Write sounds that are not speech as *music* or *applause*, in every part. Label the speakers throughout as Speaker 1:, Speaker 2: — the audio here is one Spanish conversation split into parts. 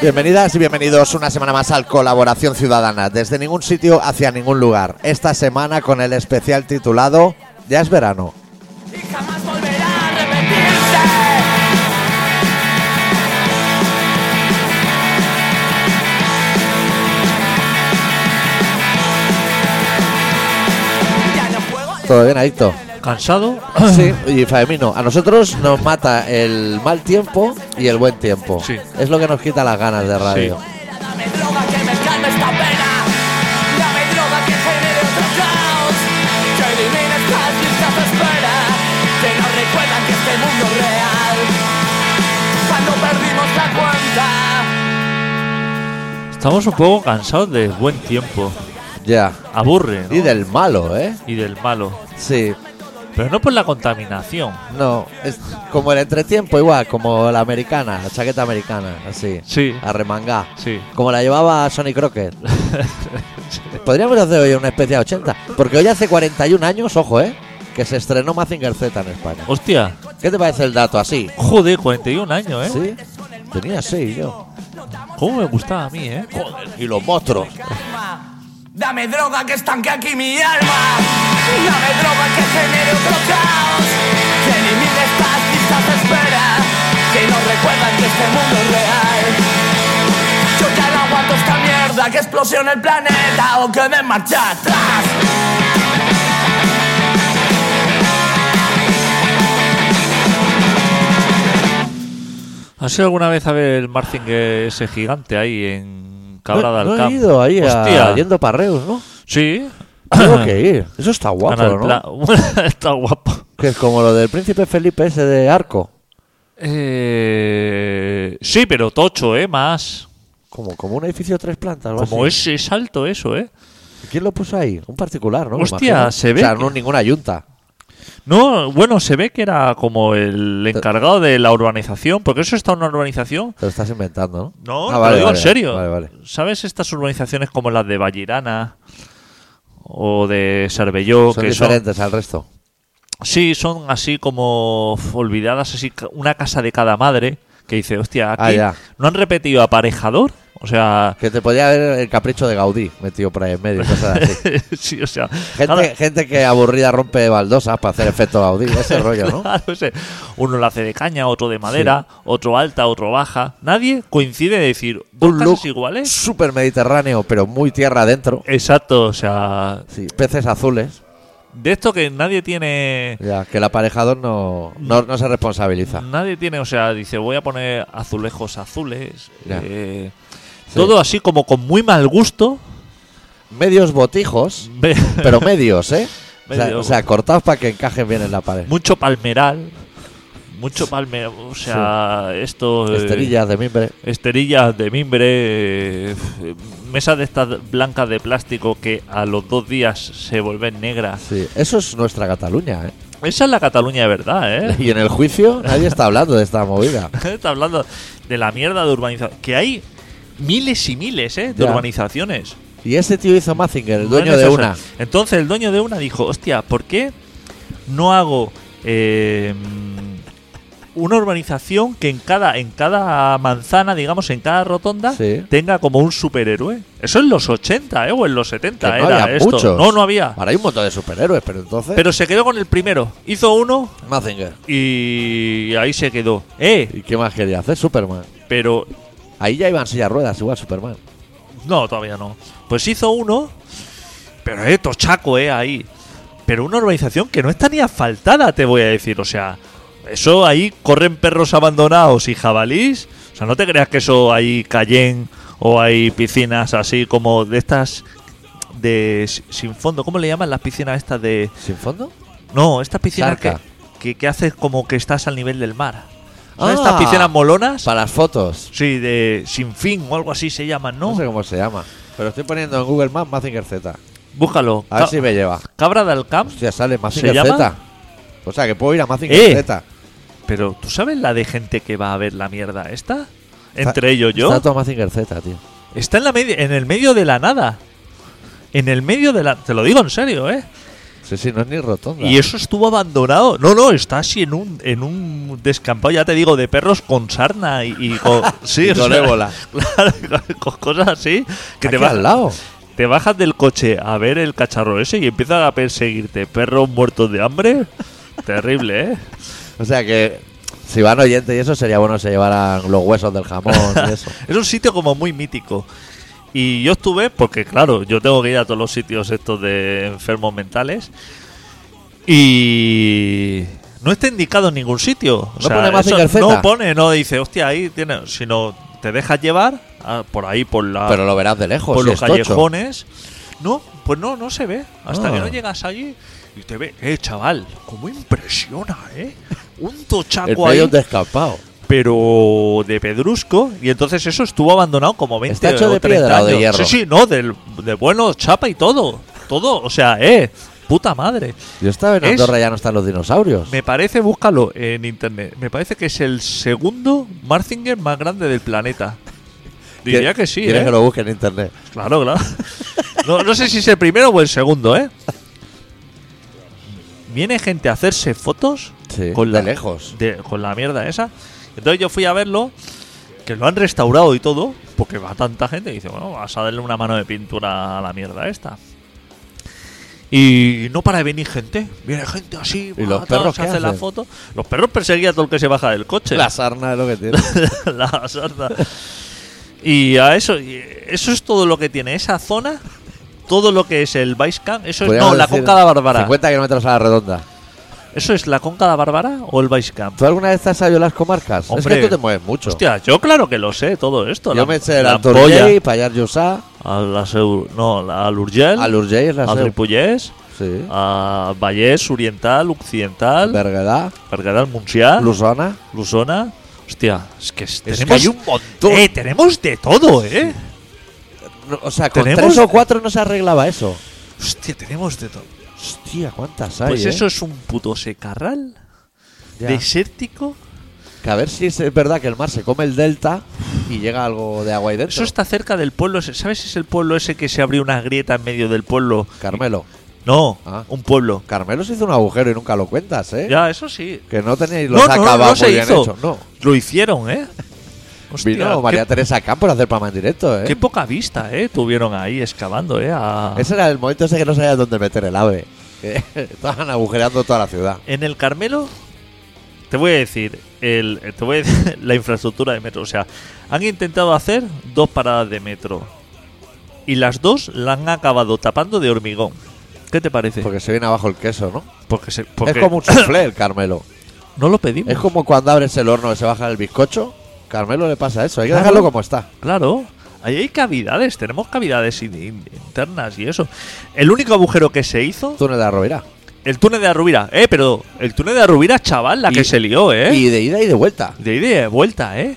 Speaker 1: Bienvenidas y bienvenidos una semana más al Colaboración Ciudadana, desde ningún sitio hacia ningún lugar. Esta semana con el especial titulado Ya es verano.
Speaker 2: Y jamás volverá a repetirse. Ya no puedo
Speaker 1: ¿Todo bien, adicto?
Speaker 3: ¿Cansado?
Speaker 1: Sí, y Faemino, a nosotros nos mata el mal tiempo y el buen tiempo.
Speaker 3: Sí.
Speaker 1: Es lo que nos quita las ganas de radio.
Speaker 2: leer, dame droga que me calme esta pena. Dame droga que genere otro caos. Que elimine estas listas de espera. Que nos recuerdan que este mundo es real. Cuando perdimos la cuenta.
Speaker 3: Estamos un poco cansados de buen tiempo.
Speaker 1: Ya.
Speaker 3: Aburre, ¿no?
Speaker 1: Y del malo, ¿eh?
Speaker 3: Y del malo.
Speaker 1: Sí.
Speaker 3: Pero no por la contaminación.
Speaker 1: No, es como el entretiempo igual, como la americana, la chaqueta americana, así.
Speaker 3: Sí.
Speaker 1: Arremangá.
Speaker 3: Sí.
Speaker 1: Como la llevaba Sonny Crockett. *laughs* Podríamos hacer hoy una especie de 80. Porque hoy hace 41 años, ojo, ¿eh? Que se estrenó Mazinger Z en España.
Speaker 3: Hostia.
Speaker 1: ¿Qué te parece el dato así?
Speaker 3: Joder, 41 años, ¿eh?
Speaker 1: ¿Sí? Tenía 6 yo.
Speaker 3: ¿Cómo me gustaba a mí, eh?
Speaker 1: Y los monstruos.
Speaker 2: calma. Dame droga que estanque aquí mi alma. Dame droga que genere otro caos. Que elimine estas listas de espera. Que nos recuerdan que este mundo es real. Yo ya no aguanto esta mierda que explosione el planeta o que me marcha atrás.
Speaker 3: ¿Has ido alguna vez a ver el Marzinger ese gigante ahí en Cabra
Speaker 1: no,
Speaker 3: del
Speaker 1: no he
Speaker 3: Camp?
Speaker 1: ido ahí a-
Speaker 3: Hostia.
Speaker 1: yendo para Reus,
Speaker 3: *clears throat*
Speaker 1: ¿no?
Speaker 3: Sí.
Speaker 1: Tengo
Speaker 3: *clears throat*
Speaker 1: que ir. Eso está guapo,
Speaker 3: Canal
Speaker 1: ¿no?
Speaker 3: Pla- *laughs* Está guapo.
Speaker 1: Que es como lo del príncipe Felipe ese de Arco.
Speaker 3: Eh, Sí, pero tocho, ¿eh? Más.
Speaker 1: Como, como un edificio de tres plantas. o
Speaker 3: Como
Speaker 1: así.
Speaker 3: es, es alto eso, ¿eh?
Speaker 1: ¿Quién lo puso ahí? Un particular, ¿no? Me
Speaker 3: Hostia,
Speaker 1: imagino.
Speaker 3: se ve
Speaker 1: O sea,
Speaker 3: que-
Speaker 1: no ninguna yunta.
Speaker 3: No, bueno, se ve que era como el encargado de la urbanización, porque eso está en una urbanización.
Speaker 1: Te lo estás inventando, ¿no?
Speaker 3: No,
Speaker 1: Ah,
Speaker 3: te
Speaker 1: vale,
Speaker 3: lo digo
Speaker 1: vale,
Speaker 3: en serio.
Speaker 1: Vale, vale.
Speaker 3: ¿Sabes estas urbanizaciones como las de Vallirana o de Cervelló?
Speaker 1: son
Speaker 3: que
Speaker 1: diferentes al resto.
Speaker 3: Son, sí, son así como f- olvidadas, así ca- una casa de cada madre que dice, hostia,
Speaker 1: Ah,
Speaker 3: aquí
Speaker 1: ya.
Speaker 3: no han repetido aparejador. O sea, *laughs*
Speaker 1: Que te podía haber el capricho de Gaudí metido por ahí en medio, cosas
Speaker 3: *laughs*
Speaker 1: así.
Speaker 3: sí, o sea,
Speaker 1: Gente,
Speaker 3: cada-
Speaker 1: gente que aburrida rompe baldosas para hacer efecto Gaudí, ese rollo,
Speaker 3: *laughs*
Speaker 1: ¿no?
Speaker 3: Claro, ese. Uno lo hace de caña, otro de madera, otro alta, otro baja. Nadie coincide en decir dos
Speaker 1: Un
Speaker 3: casas
Speaker 1: look
Speaker 3: iguales. Eh.
Speaker 1: súper mediterráneo, pero muy tierra adentro.
Speaker 3: Exacto, o sea,
Speaker 1: Sí, peces azules,
Speaker 3: de esto que nadie tiene,
Speaker 1: ya, que el aparejador no, no, no se responsabiliza.
Speaker 3: nadie tiene, o sea, dice voy a poner azulejos azules,
Speaker 1: Ya.
Speaker 3: eh,
Speaker 1: Sí.
Speaker 3: todo así como con muy mal gusto. *laughs*
Speaker 1: Medios botijos, pero medios, ¿eh? O sea-
Speaker 3: Medio-
Speaker 1: o sea, cortados para que encajen bien en la pared.
Speaker 3: mucho palmeral, mucho palmeral, o sea, esto eh,
Speaker 1: Esterillas de mimbre.
Speaker 3: Esterillas de mimbre, eh, f- mesas de estas blancas de plástico que a los dos días se vuelven negras.
Speaker 1: Sí, eso es nuestra Cataluña, ¿eh?
Speaker 3: Esa es la Cataluña de verdad, ¿eh?
Speaker 1: Y en el juicio nadie está hablando de esta movida.
Speaker 3: *laughs* Está hablando de la mierda de urbanización. Que hay miles y miles, ¿eh? De
Speaker 1: Ya.
Speaker 3: urbanizaciones.
Speaker 1: Y ese tío hizo Mazinger, el
Speaker 3: No es
Speaker 1: dueño de
Speaker 3: necesario.
Speaker 1: una.
Speaker 3: Entonces el dueño de una dijo, hostia, ¿por qué no hago eh, una urbanización que en cada, en cada manzana, digamos, en cada rotonda,
Speaker 1: Sí.
Speaker 3: tenga como un superhéroe? Eso en los 80, ¿eh? O en los 70
Speaker 1: Que no
Speaker 3: era
Speaker 1: había
Speaker 3: esto.
Speaker 1: muchos.
Speaker 3: No, no había.
Speaker 1: Ahora hay un montón de superhéroes, pero entonces.
Speaker 3: Pero se quedó con el primero. Hizo uno
Speaker 1: Mazinger.
Speaker 3: y ahí se quedó. Eh,
Speaker 1: ¿Y qué más quería hacer? Superman.
Speaker 3: pero
Speaker 1: Ahí ya iban silla ruedas, igual Superman.
Speaker 3: No, todavía no. Pues hizo uno, pero eh, tochaco, eh, ahí. Pero una urbanización que no está ni asfaltada, te voy a decir. O sea, eso ahí corren perros abandonados y jabalís. O sea, no te creas que eso hay cayen o hay piscinas así como de estas de s- sin fondo. ¿Cómo le llaman las piscinas estas de...?
Speaker 1: ¿Sin fondo?
Speaker 3: No, estas piscinas que,
Speaker 1: Sarca.
Speaker 3: que, que haces como que estás al nivel del mar. Son
Speaker 1: Ah.
Speaker 3: estas piscinas molonas.
Speaker 1: Para las fotos.
Speaker 3: Sí, de sin fin o algo así se llaman,
Speaker 1: No.
Speaker 3: ¿no?
Speaker 1: sé cómo se llama. Pero estoy poniendo en Google Maps Mazinger Z.
Speaker 3: Búscalo.
Speaker 1: A ver
Speaker 3: Ca-
Speaker 1: si me lleva.
Speaker 3: Cabra del Camp.
Speaker 1: Hostia, sale Mazinger
Speaker 3: Ah. llama?
Speaker 1: Z. O sea, que puedo ir a Mazinger
Speaker 3: Eh.
Speaker 1: Z.
Speaker 3: Pero ¿tú sabes la de gente que va a ver la mierda esta? Entre ellos yo.
Speaker 1: Está
Speaker 3: Está,
Speaker 1: todo Mazinger Z, tío.
Speaker 3: en, la media- en el medio de la nada. En el medio de la... Te lo digo en serio, ¿eh?
Speaker 1: Sí, sí, no es ni rotonda.
Speaker 3: Y eso estuvo abandonado. No, no, está así en un, en un descampado, ya te digo, de perros con sarna y, y
Speaker 1: *laughs*
Speaker 3: con. sí,
Speaker 1: Y
Speaker 3: o
Speaker 1: con
Speaker 3: sea,
Speaker 1: ébola.
Speaker 3: *laughs* Claro, con- con cosas así. Que
Speaker 1: Aquí
Speaker 3: te
Speaker 1: al
Speaker 3: bajas-
Speaker 1: lado.
Speaker 3: Te bajas del coche a ver el cacharro ese y empiezan a perseguirte perros muertos de hambre. Terrible, ¿eh?
Speaker 1: O sea que si van oyentes y eso sería bueno que se llevaran los huesos del jamón
Speaker 3: *laughs*
Speaker 1: y eso.
Speaker 3: Es un sitio como muy mítico. Y yo estuve, porque claro, yo tengo que ir a todos los sitios estos de enfermos mentales. Y no está indicado en ningún sitio. O
Speaker 1: No
Speaker 3: sea,
Speaker 1: pone Mazinger
Speaker 3: eso
Speaker 1: Z.
Speaker 3: No pone, no dice, hostia, ahí tiene. Sino te dejas llevar ah, por ahí, por la.
Speaker 1: Pero lo verás de lejos.
Speaker 3: por
Speaker 1: si
Speaker 3: los
Speaker 1: es tocho.
Speaker 3: callejones. No, pues no, no se ve. Hasta
Speaker 1: Ah.
Speaker 3: que no llegas allí y te ve, eh, chaval, cómo impresiona, eh. Un
Speaker 1: En
Speaker 3: tochaco
Speaker 1: medio de
Speaker 3: ahí,
Speaker 1: un descampado.
Speaker 3: pero de pedrusco. Y entonces eso estuvo abandonado como 20
Speaker 1: ¿Está hecho
Speaker 3: o
Speaker 1: de
Speaker 3: 30
Speaker 1: piedra o de
Speaker 3: años.
Speaker 1: hierro?
Speaker 3: Sí, sí, no, del, de bueno, chapa y todo. Todo, o sea, eh, puta madre.
Speaker 1: Yo estaba en
Speaker 3: Es-
Speaker 1: Andorra ya no están los dinosaurios.
Speaker 3: Me parece, búscalo en internet, me parece que es el segundo Marzinger más grande del planeta. Diría que sí,
Speaker 1: Quieres
Speaker 3: eh.
Speaker 1: que lo busquen en internet.
Speaker 3: Claro, claro. No, no sé si es el primero o el segundo, ¿eh? Viene gente a hacerse fotos
Speaker 1: Sí,
Speaker 3: con
Speaker 1: de
Speaker 3: la,
Speaker 1: lejos.
Speaker 3: de- con la mierda esa. Entonces yo fui a verlo, que lo han restaurado y todo, porque va tanta gente y dice, bueno, vas a darle una mano de pintura a la mierda esta. Y no para de venir gente, viene gente así,
Speaker 1: ¿Y
Speaker 3: va,
Speaker 1: los
Speaker 3: tal,
Speaker 1: perros
Speaker 3: se
Speaker 1: qué
Speaker 3: hace la
Speaker 1: hacen?
Speaker 3: foto. Los perros perseguían a todo el que se baja del coche.
Speaker 1: La sarna es lo que
Speaker 3: *laughs*
Speaker 1: tiene.
Speaker 3: la sarna. Y a eso, y eso es todo lo que tiene esa zona, todo lo que es el Baixcamp, eso es no,
Speaker 1: Podríamos
Speaker 3: la
Speaker 1: decir
Speaker 3: Concada Bárbara.
Speaker 1: 50 kilómetros a la redonda.
Speaker 3: Eso es la Concada Bárbara o el Baixcamp.
Speaker 1: ¿Tú alguna vez has sabido las comarcas? es
Speaker 3: Hombre.
Speaker 1: que tú te mueves mucho.
Speaker 3: Hostia, yo claro que lo sé todo esto.
Speaker 1: Yo
Speaker 3: la-
Speaker 1: me eché el
Speaker 3: la
Speaker 1: Antorjey,
Speaker 3: ampolla,
Speaker 1: Payar Yusá,
Speaker 3: a la Seu- no, la- al Urgel,
Speaker 1: al Urgell es la
Speaker 3: al
Speaker 1: Seu.
Speaker 3: Ripollès,
Speaker 1: Sí.
Speaker 3: a Vallés Oriental, Occidental,
Speaker 1: Berguedá,
Speaker 3: Berguedal, Montsià,
Speaker 1: Lusona.
Speaker 3: Lusona. Hostia, es que tenemos
Speaker 1: hay un montón.
Speaker 3: Eh, tenemos de todo, eh.
Speaker 1: No, o sea, con
Speaker 3: ¿Tenemos?
Speaker 1: tres o cuatro no se arreglaba eso.
Speaker 3: Hostia, tenemos de todo.
Speaker 1: Hostia, ¿cuántas hay?
Speaker 3: Pues
Speaker 1: eh?
Speaker 3: eso es un puto secarral
Speaker 1: Ya.
Speaker 3: desértico.
Speaker 1: Que a ver si es verdad que el mar se come el delta y llega algo de agua ahí dentro.
Speaker 3: Eso está cerca del pueblo. ese. ¿Sabes? Es el pueblo ese que se abrió una grieta en medio del pueblo.
Speaker 1: Carmelo.
Speaker 3: No,
Speaker 1: Ah.
Speaker 3: un pueblo.
Speaker 1: Carmelo se hizo un agujero y nunca lo cuentas, ¿eh?
Speaker 3: Ya, eso sí.
Speaker 1: Que no teníais
Speaker 3: no,
Speaker 1: los
Speaker 3: no,
Speaker 1: acabados
Speaker 3: no se
Speaker 1: muy bien
Speaker 3: hizo.
Speaker 1: hechos, No.
Speaker 3: Lo hicieron, ¿eh? Hostia,
Speaker 1: Vino
Speaker 3: qué-
Speaker 1: María
Speaker 3: qué,
Speaker 1: Teresa Campos a hacer Pama en directo, ¿eh?
Speaker 3: poca vista, ¿eh? Tuvieron ahí excavando, ¿eh? A-
Speaker 1: Ese era el momento ese que no sabías dónde meter el ave. Que *laughs* Estaban agujereando toda la ciudad.
Speaker 3: En el Carmelo, te voy a decir, el, te voy a decir *laughs* la infraestructura de metro. O sea, han intentado hacer dos paradas de metro. Y las dos la han acabado tapando de hormigón. ¿Qué te parece?
Speaker 1: Porque se viene abajo el queso, ¿no?
Speaker 3: Porque se- porque-
Speaker 1: Es
Speaker 3: *coughs*
Speaker 1: como un soufflé el Carmelo.
Speaker 3: no lo pedimos.
Speaker 1: Es como cuando abres el horno y se baja el bizcocho. Carmelo le pasa eso. Hay que
Speaker 3: Claro.
Speaker 1: dejarlo como está.
Speaker 3: Claro. Ahí hay cavidades, tenemos cavidades in- in- internas y eso. El único agujero que se hizo,
Speaker 1: Túnel de la Rovira.
Speaker 3: el túnel de Arrubira. Eh, pero el túnel de Arrubira, chaval, la
Speaker 1: Y-
Speaker 3: que se lió, eh.
Speaker 1: Y de ida y de vuelta.
Speaker 3: de ida y de vuelta, eh.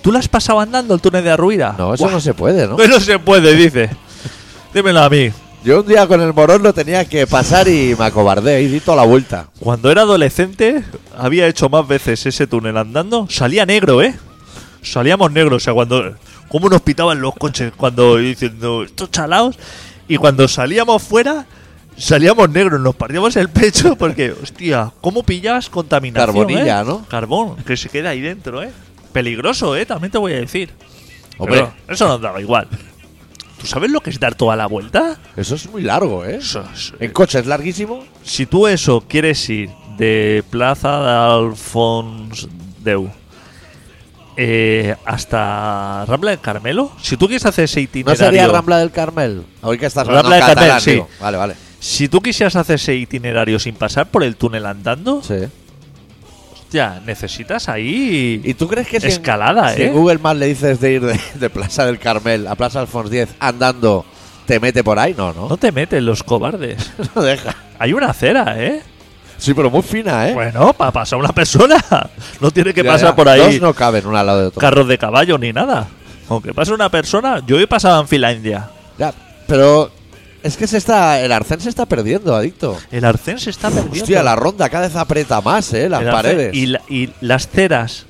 Speaker 3: ¿Tú la has pasado andando el túnel de Arrubira?
Speaker 1: No, eso
Speaker 3: Buah,
Speaker 1: no se puede, ¿no?
Speaker 3: Pues no se puede, dice. Dímelo a mí.
Speaker 1: Yo un día con el morón lo tenía que pasar y me acobardé y di toda la vuelta.
Speaker 3: Cuando era adolescente, había hecho más veces ese túnel andando. Salía negro, ¿eh? Salíamos negros. O sea, cuando. ¿Cómo nos pitaban los coches cuando diciendo estos chalaos? Y cuando salíamos fuera, salíamos negros. Nos partíamos el pecho porque, hostia, ¿cómo pillabas contaminación?
Speaker 1: Carbonilla,
Speaker 3: eh?
Speaker 1: ¿no?
Speaker 3: Carbón, que se queda ahí dentro, ¿eh? Peligroso, ¿eh? También te voy a decir.
Speaker 1: Hombre,
Speaker 3: Pero eso nos daba igual. ¿Tú sabes lo que es dar toda la vuelta?
Speaker 1: eso es muy largo, ¿eh?
Speaker 3: Eso es-
Speaker 1: En coche es larguísimo.
Speaker 3: Si tú eso quieres ir de Plaza de Alfons Deu eh, hasta Rambla del Carmelo, si tú quieres hacer ese
Speaker 1: ¿No
Speaker 3: itinerario,
Speaker 1: sería Rambla del Carmel? Hoy que estás
Speaker 3: Rambla
Speaker 1: hablando
Speaker 3: del Carmel,
Speaker 1: catalán,
Speaker 3: sí.
Speaker 1: digo. Vale, vale.
Speaker 3: si tú quisieras hacer ese itinerario sin pasar por el túnel andando,
Speaker 1: Sí.
Speaker 3: ya necesitas ahí.
Speaker 1: ¿Y tú crees que si en-
Speaker 3: Escalada,
Speaker 1: si
Speaker 3: ¿eh?
Speaker 1: en Google Maps le dices de ir de, de Plaza del Carmel a Plaza Alfons 10 andando, te mete por ahí? No, no.
Speaker 3: no te metes los cobardes. *laughs*
Speaker 1: No deja.
Speaker 3: Hay una acera, ¿eh?
Speaker 1: Sí, pero muy fina, ¿eh?
Speaker 3: Bueno, para pasar una persona, *laughs* no tiene que
Speaker 1: Ya,
Speaker 3: pasar
Speaker 1: ya.
Speaker 3: por ahí.
Speaker 1: Dos no caben una al lado de otra.
Speaker 3: Carros de caballo ni nada. Aunque pase una persona, yo he pasado en Finlandia.
Speaker 1: Ya, pero es que se está, el arcén se está perdiendo, adicto.
Speaker 3: El arcén se está perdiendo.
Speaker 1: Hostia, la ronda cada vez aprieta más, ¿eh? Las
Speaker 3: El arce-
Speaker 1: paredes.
Speaker 3: Y, la- y las ceras,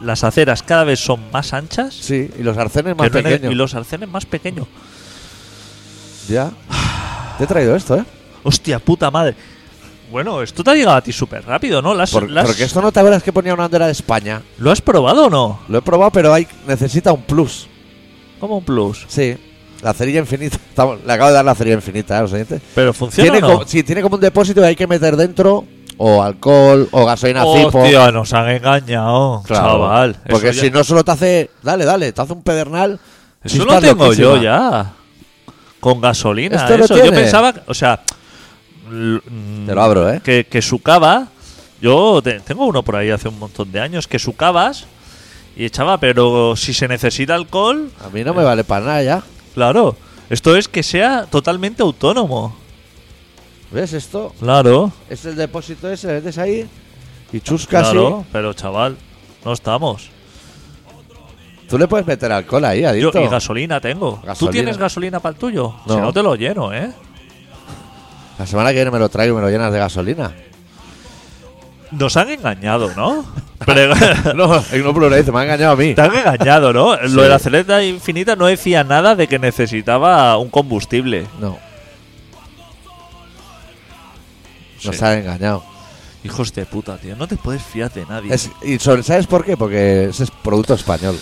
Speaker 3: las aceras cada vez son más anchas
Speaker 1: Sí, y los arcenes
Speaker 3: que
Speaker 1: más
Speaker 3: no en el-
Speaker 1: pequeños.
Speaker 3: y los arcenes más pequeños.
Speaker 1: Ya. Te he traído esto, ¿eh?
Speaker 3: Hostia puta madre. Bueno, esto te ha llegado a ti súper rápido, ¿no? Las,
Speaker 1: Por-
Speaker 3: las-
Speaker 1: Porque esto no te acuerdas que ponía una bandera de España.
Speaker 3: ¿Lo has probado o no?
Speaker 1: Lo he probado, pero hay, necesita un plus.
Speaker 3: Como un plus.
Speaker 1: Sí. La cerilla infinita. *laughs* Estamos- le acabo de dar la cerilla infinita a los oyentes.
Speaker 3: ¿Pero funciona
Speaker 1: Tiene
Speaker 3: o no?
Speaker 1: como, sí, tiene como un depósito y hay que meter dentro o alcohol o gasolina tipo.
Speaker 3: Hostia, nos han engañado, chaval.
Speaker 1: Porque
Speaker 3: Eso
Speaker 1: si
Speaker 3: ya-
Speaker 1: no solo te hace. Dale, dale, te hace un pedernal.
Speaker 3: eso lo
Speaker 1: Chispas
Speaker 3: tengo yo
Speaker 1: loquísimas.
Speaker 3: ya. Con gasolina,
Speaker 1: Esto lo
Speaker 3: eso. Yo
Speaker 1: tiene.
Speaker 3: pensaba, o sea, l- mm,
Speaker 1: Te lo abro, ¿eh?
Speaker 3: que, que sucaba. Yo te- tengo uno por ahí hace un montón de años que sucabas y echaba, pero si se necesita alcohol,
Speaker 1: A mí no me vale para nada ya.
Speaker 3: claro. Esto es que sea totalmente autónomo.
Speaker 1: ¿Ves esto?
Speaker 3: Claro,
Speaker 1: Es el depósito ese, le metes ahí y chuscas
Speaker 3: claro. Pero chaval, no estamos.
Speaker 1: y- Tú le puedes meter alcohol ahí,
Speaker 3: Yo,
Speaker 1: adicto.
Speaker 3: y gasolina tengo. ¿Tú
Speaker 1: Gasolina.
Speaker 3: tienes gasolina para el tuyo?
Speaker 1: No.
Speaker 3: Si no te lo lleno, ¿eh?
Speaker 1: La semana que viene me lo traigo y me lo llenas de
Speaker 3: *laughs*
Speaker 1: gasolina.
Speaker 3: Nos han engañado,
Speaker 1: *laughs*
Speaker 3: ¿no? Pero-
Speaker 1: No, no plural, dice, me ha engañado a mí. *laughs*
Speaker 3: te han engañado, ¿no?
Speaker 1: Sí.
Speaker 3: Lo de la celeta infinita no decía nada de que necesitaba un combustible.
Speaker 1: No,
Speaker 3: Sí.
Speaker 1: nos han engañado.
Speaker 3: Hijos de puta, tío. No te puedes fiar de nadie.
Speaker 1: Es- y sobre, ¿sabes por qué? Porque ese es producto español.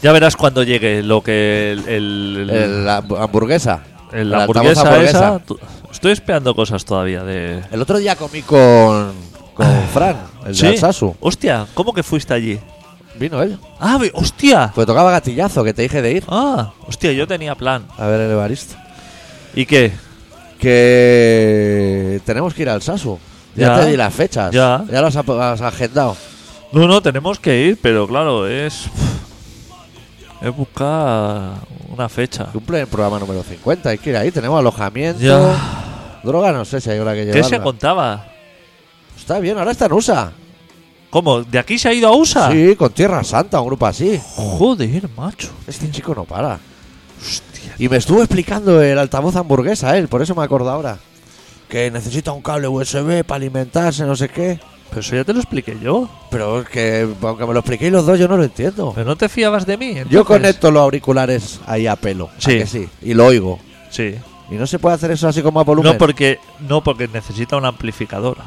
Speaker 3: Ya verás cuando llegue lo que el... el-
Speaker 1: El- la hamburguesa.
Speaker 3: el-
Speaker 1: El
Speaker 3: la
Speaker 1: altavoz
Speaker 3: hamburguesa,
Speaker 1: hamburguesa.
Speaker 3: esa. tú- Estoy esperando cosas todavía de...
Speaker 1: El otro día comí con, con Fran, el
Speaker 3: Ah. ¿Sí?
Speaker 1: de Alsasu.
Speaker 3: Hostia, ¿cómo que fuiste allí?
Speaker 1: Vino él.
Speaker 3: Ah, ve- hostia.
Speaker 1: Pues tocaba gatillazo, que te dije de ir.
Speaker 3: Ah, hostia, yo tenía plan.
Speaker 1: A ver el Evaristo.
Speaker 3: ¿Y qué?
Speaker 1: Que tenemos que ir al Sasu. Ya,
Speaker 3: Ya.
Speaker 1: te di las fechas.
Speaker 3: Ya.
Speaker 1: Ya las ha- has agendado.
Speaker 3: No, no, tenemos que ir, pero claro, es... Es buscar una fecha.
Speaker 1: Cumple el programa número 50. Hay que ir ahí. Tenemos alojamiento.
Speaker 3: Ya.
Speaker 1: Droga, no sé si hay hora que
Speaker 3: ¿Qué se
Speaker 1: llevarla.
Speaker 3: contaba?
Speaker 1: Está bien, ahora está en USA.
Speaker 3: ¿Cómo? ¿De aquí se ha ido a USA?
Speaker 1: Sí, con Tierra Santa, un grupo así.
Speaker 3: Joder, macho.
Speaker 1: Este chico no para.
Speaker 3: Hostia.
Speaker 1: Y me estuvo explicando el altavoz hamburguesa él, por eso me acuerdo ahora. Que necesita un cable USB para alimentarse, no sé qué.
Speaker 3: Pero eso ya te lo expliqué yo.
Speaker 1: Pero es que, aunque me lo expliquéis los dos, yo no lo entiendo.
Speaker 3: Pero no te fiabas de mí. entonces.
Speaker 1: Yo conecto los auriculares ahí a pelo. ¿a
Speaker 3: Sí.
Speaker 1: que sí. Y lo oigo.
Speaker 3: Sí.
Speaker 1: Y no se puede hacer eso así como a volumen.
Speaker 3: No porque, no porque necesita una amplificadora.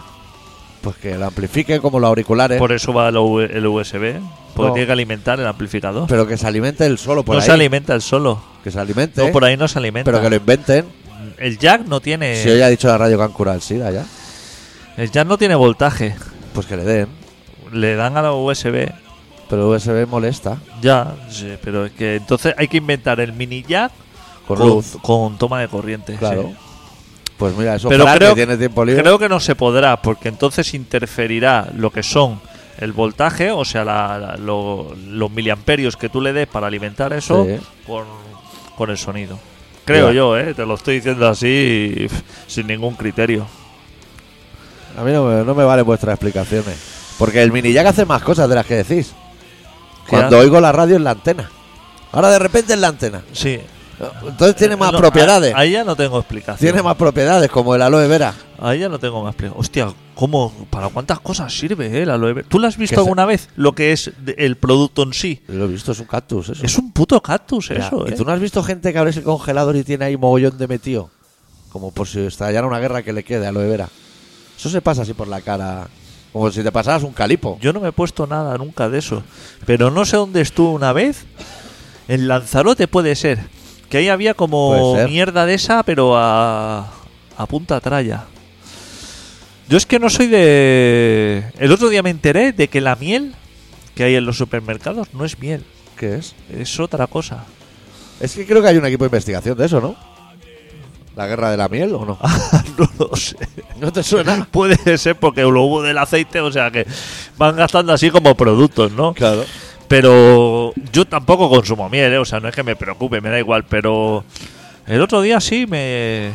Speaker 1: Pues que lo amplifique como los auriculares.
Speaker 3: Por eso va el U- el USB. Porque
Speaker 1: Eh. No.
Speaker 3: tiene que alimentar el amplificador.
Speaker 1: Pero que se alimente él solo por
Speaker 3: no
Speaker 1: ahí.
Speaker 3: se alimenta el solo.
Speaker 1: que se alimente.
Speaker 3: No, por ahí Eh. no se alimenta.
Speaker 1: pero que lo inventen.
Speaker 3: El jack no tiene.
Speaker 1: Si hoy ha dicho la radio que han curado el SIDA ya.
Speaker 3: El jack no tiene voltaje.
Speaker 1: Pues que le den.
Speaker 3: Le dan a la USB.
Speaker 1: Pero USB molesta.
Speaker 3: Ya, sí, pero es que entonces hay que inventar el mini jack
Speaker 1: Con luz.
Speaker 3: con toma de corriente.
Speaker 1: Claro.
Speaker 3: sí.
Speaker 1: Pues mira, eso
Speaker 3: Pero
Speaker 1: Fran,
Speaker 3: creo-
Speaker 1: que tiene tiempo libre.
Speaker 3: Creo que no se podrá, porque entonces interferirá lo que son el voltaje, o sea, la- la- lo- los miliamperios que tú le des para alimentar eso
Speaker 1: Sí.
Speaker 3: con, con el sonido. Creo
Speaker 1: Ya.
Speaker 3: yo, ¿eh? te lo estoy diciendo así y, pff, sin ningún criterio.
Speaker 1: A mí no me, no me valen vuestras explicaciones. Porque el mini jack hace más cosas de las que decís. Cuando
Speaker 3: hace?
Speaker 1: oigo la radio en la antena. Ahora de repente en la antena.
Speaker 3: Sí.
Speaker 1: Entonces tiene más
Speaker 3: Eh, No,
Speaker 1: propiedades.
Speaker 3: a- Ahí ya no tengo explicación.
Speaker 1: Tiene más propiedades, como el aloe vera.
Speaker 3: Ahí ya no tengo más explicación. Hostia, ¿cómo? ¿Para cuántas cosas sirve eh, la aloe vera? ¿Tú la has visto
Speaker 1: se-
Speaker 3: alguna vez lo que es de- el producto en sí?
Speaker 1: Lo he visto, es un cactus, eso.
Speaker 3: Es un puto cactus
Speaker 1: Ya,
Speaker 3: eso,
Speaker 1: ¿Y
Speaker 3: eh.
Speaker 1: tú no has visto gente que abre ese congelador y tiene ahí mogollón de metido? Como por si estallara una guerra que le quede aloe vera. Eso se pasa así por la cara. Como si te pasaras un calipo.
Speaker 3: Yo no me he puesto nada nunca de eso. Pero no sé dónde estuve una vez. En Lanzarote puede ser. Que ahí había como
Speaker 1: Puede ser.
Speaker 3: mierda de esa, pero a, a punta tralla. Yo es que no soy de... El otro día me enteré de que la miel que hay en los supermercados no es miel.
Speaker 1: ¿Qué es?
Speaker 3: Es otra cosa. *laughs*
Speaker 1: Es que creo que hay un equipo de investigación de eso, ¿no? ¿La guerra de la miel o no?
Speaker 3: no lo sé.
Speaker 1: ¿No te suena?
Speaker 3: Puede ser porque lo hubo del aceite, o sea que van gastando así como productos,
Speaker 1: *laughs*
Speaker 3: ¿no?
Speaker 1: Claro.
Speaker 3: Pero yo tampoco consumo miel, ¿eh? o sea, no es que me preocupe, me da igual, pero el otro día sí me...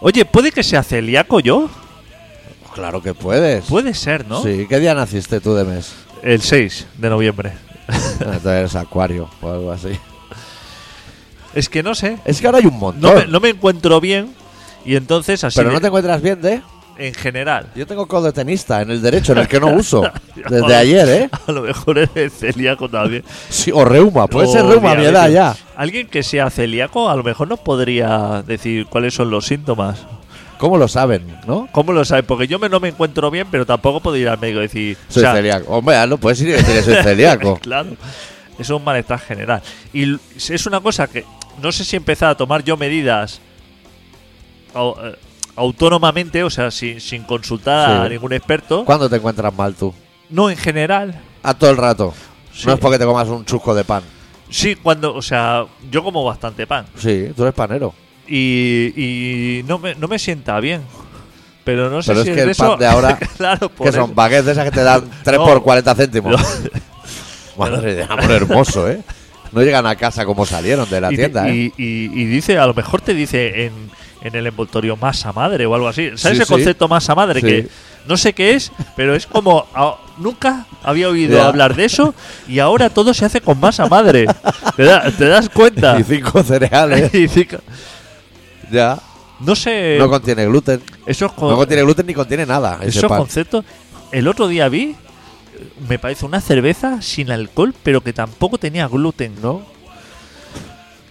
Speaker 3: Oye, ¿puede que sea celíaco yo?
Speaker 1: Claro que puedes.
Speaker 3: Puede ser, ¿no?
Speaker 1: Sí, ¿qué día naciste tú de *laughs* mes?
Speaker 3: El 6 de noviembre.
Speaker 1: Entonces eres acuario o algo así.
Speaker 3: Es que no sé,
Speaker 1: Es que ahora hay un montón.
Speaker 3: no me, no me encuentro bien y entonces así
Speaker 1: pero no
Speaker 3: de-
Speaker 1: te encuentras bien de...
Speaker 3: en general.
Speaker 1: Yo tengo codo de tenista en el derecho, en el que
Speaker 3: *laughs*
Speaker 1: no uso. *laughs* Desde ayer, ¿eh?
Speaker 3: A lo mejor eres celíaco también.
Speaker 1: Sí, o reuma, puede ser
Speaker 3: O
Speaker 1: reuma a mi edad
Speaker 3: diabético.
Speaker 1: ya.
Speaker 3: Alguien que sea celíaco a lo mejor nos podría decir cuáles son los síntomas.
Speaker 1: ¿Cómo lo saben, no?
Speaker 3: ¿Cómo lo sabes? Porque yo me, no me encuentro bien, pero tampoco puedo ir al médico y decir. o
Speaker 1: Soy
Speaker 3: sea,
Speaker 1: celíaco. Hombre, ah, no puedes ir y decir que
Speaker 3: *laughs*
Speaker 1: soy celíaco.
Speaker 3: claro. Eso es un malestar general. Y l- es una cosa que no sé si empezar a tomar yo medidas au- eh, autónomamente, o sea, sin, sin consultar a
Speaker 1: Sí.
Speaker 3: ningún experto.
Speaker 1: ¿Cuándo te encuentras mal tú?
Speaker 3: No en general.
Speaker 1: A todo el rato.
Speaker 3: Sí.
Speaker 1: No es porque te comas un chusco de pan.
Speaker 3: Sí, cuando, o sea, yo como bastante pan
Speaker 1: Sí, tú eres panero.
Speaker 3: y, y no, me, no me sienta bien. Pero no sé
Speaker 1: Pero
Speaker 3: si
Speaker 1: es que
Speaker 3: de
Speaker 1: el pan
Speaker 3: eso-
Speaker 1: de ahora,
Speaker 3: *laughs* claro, por
Speaker 1: Que
Speaker 3: eso.
Speaker 1: son baguettes de esas que te dan
Speaker 3: *laughs*
Speaker 1: 3
Speaker 3: No.
Speaker 1: por 40 céntimos.
Speaker 3: No.
Speaker 1: *laughs* Madre de amor hermoso, ¿eh? No llegan a casa como salieron de la
Speaker 3: y, te-
Speaker 1: tienda, ¿eh?
Speaker 3: y- y- y dice, a lo mejor te dice en, en el envoltorio masa madre o algo así. ¿Sabes
Speaker 1: Sí,
Speaker 3: el
Speaker 1: sí.
Speaker 3: concepto masa madre?
Speaker 1: Sí.
Speaker 3: Que no sé qué es, pero es como. a- nunca había oído
Speaker 1: Ya.
Speaker 3: hablar de eso y ahora todo se hace con masa madre. ¿Te, da- te das
Speaker 1: *laughs*
Speaker 3: cuenta?
Speaker 1: Y cinco
Speaker 3: *laughs*
Speaker 1: cereales.
Speaker 3: Y cinco-
Speaker 1: ya.
Speaker 3: no sé.
Speaker 1: ¿eh? No contiene gluten.
Speaker 3: esos con-
Speaker 1: No contiene gluten ni contiene nada. Ese
Speaker 3: esos
Speaker 1: pan.
Speaker 3: conceptos. El otro día vi, eh, me parece una cerveza sin alcohol, pero que tampoco tenía gluten, ¿no?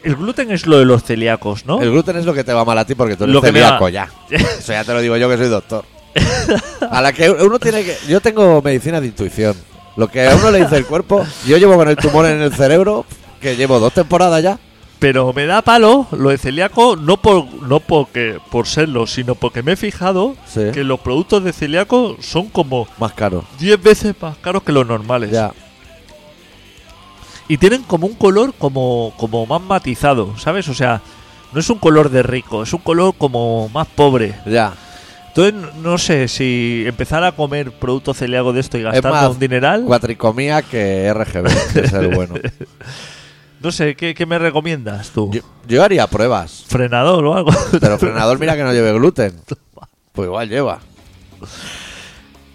Speaker 3: El gluten es lo de los celíacos, ¿no?
Speaker 1: El gluten es lo que te va mal a ti porque tú eres
Speaker 3: Lo que me
Speaker 1: celíaco
Speaker 3: va- *laughs*
Speaker 1: ya. Eso ya te lo digo yo que soy doctor. A la que uno tiene que. Yo tengo medicina de intuición. Lo que a uno le dice el cuerpo, yo llevo con el tumor en el cerebro, que llevo dos temporadas ya.
Speaker 3: Pero me da palo lo de celíaco, no por no porque por serlo, sino porque me he fijado
Speaker 1: Sí.
Speaker 3: que los productos de celíaco son como
Speaker 1: Más caro.
Speaker 3: 10 veces más caros que los normales.
Speaker 1: Ya.
Speaker 3: Y tienen como un color como, como más matizado, ¿sabes? O sea, no es un color de rico, es un color como más pobre.
Speaker 1: Ya.
Speaker 3: Entonces, n- no sé si empezar a comer productos celíacos de esto y
Speaker 1: Es
Speaker 3: gastarme
Speaker 1: más
Speaker 3: un dineral.
Speaker 1: cuatricomía que RGB, que es el bueno.
Speaker 3: No sé, ¿qué, qué me recomiendas tú?
Speaker 1: Yo, yo haría pruebas,
Speaker 3: ¿Frenador o algo? *laughs*
Speaker 1: pero frenador mira que no lleve gluten. Pues igual lleva.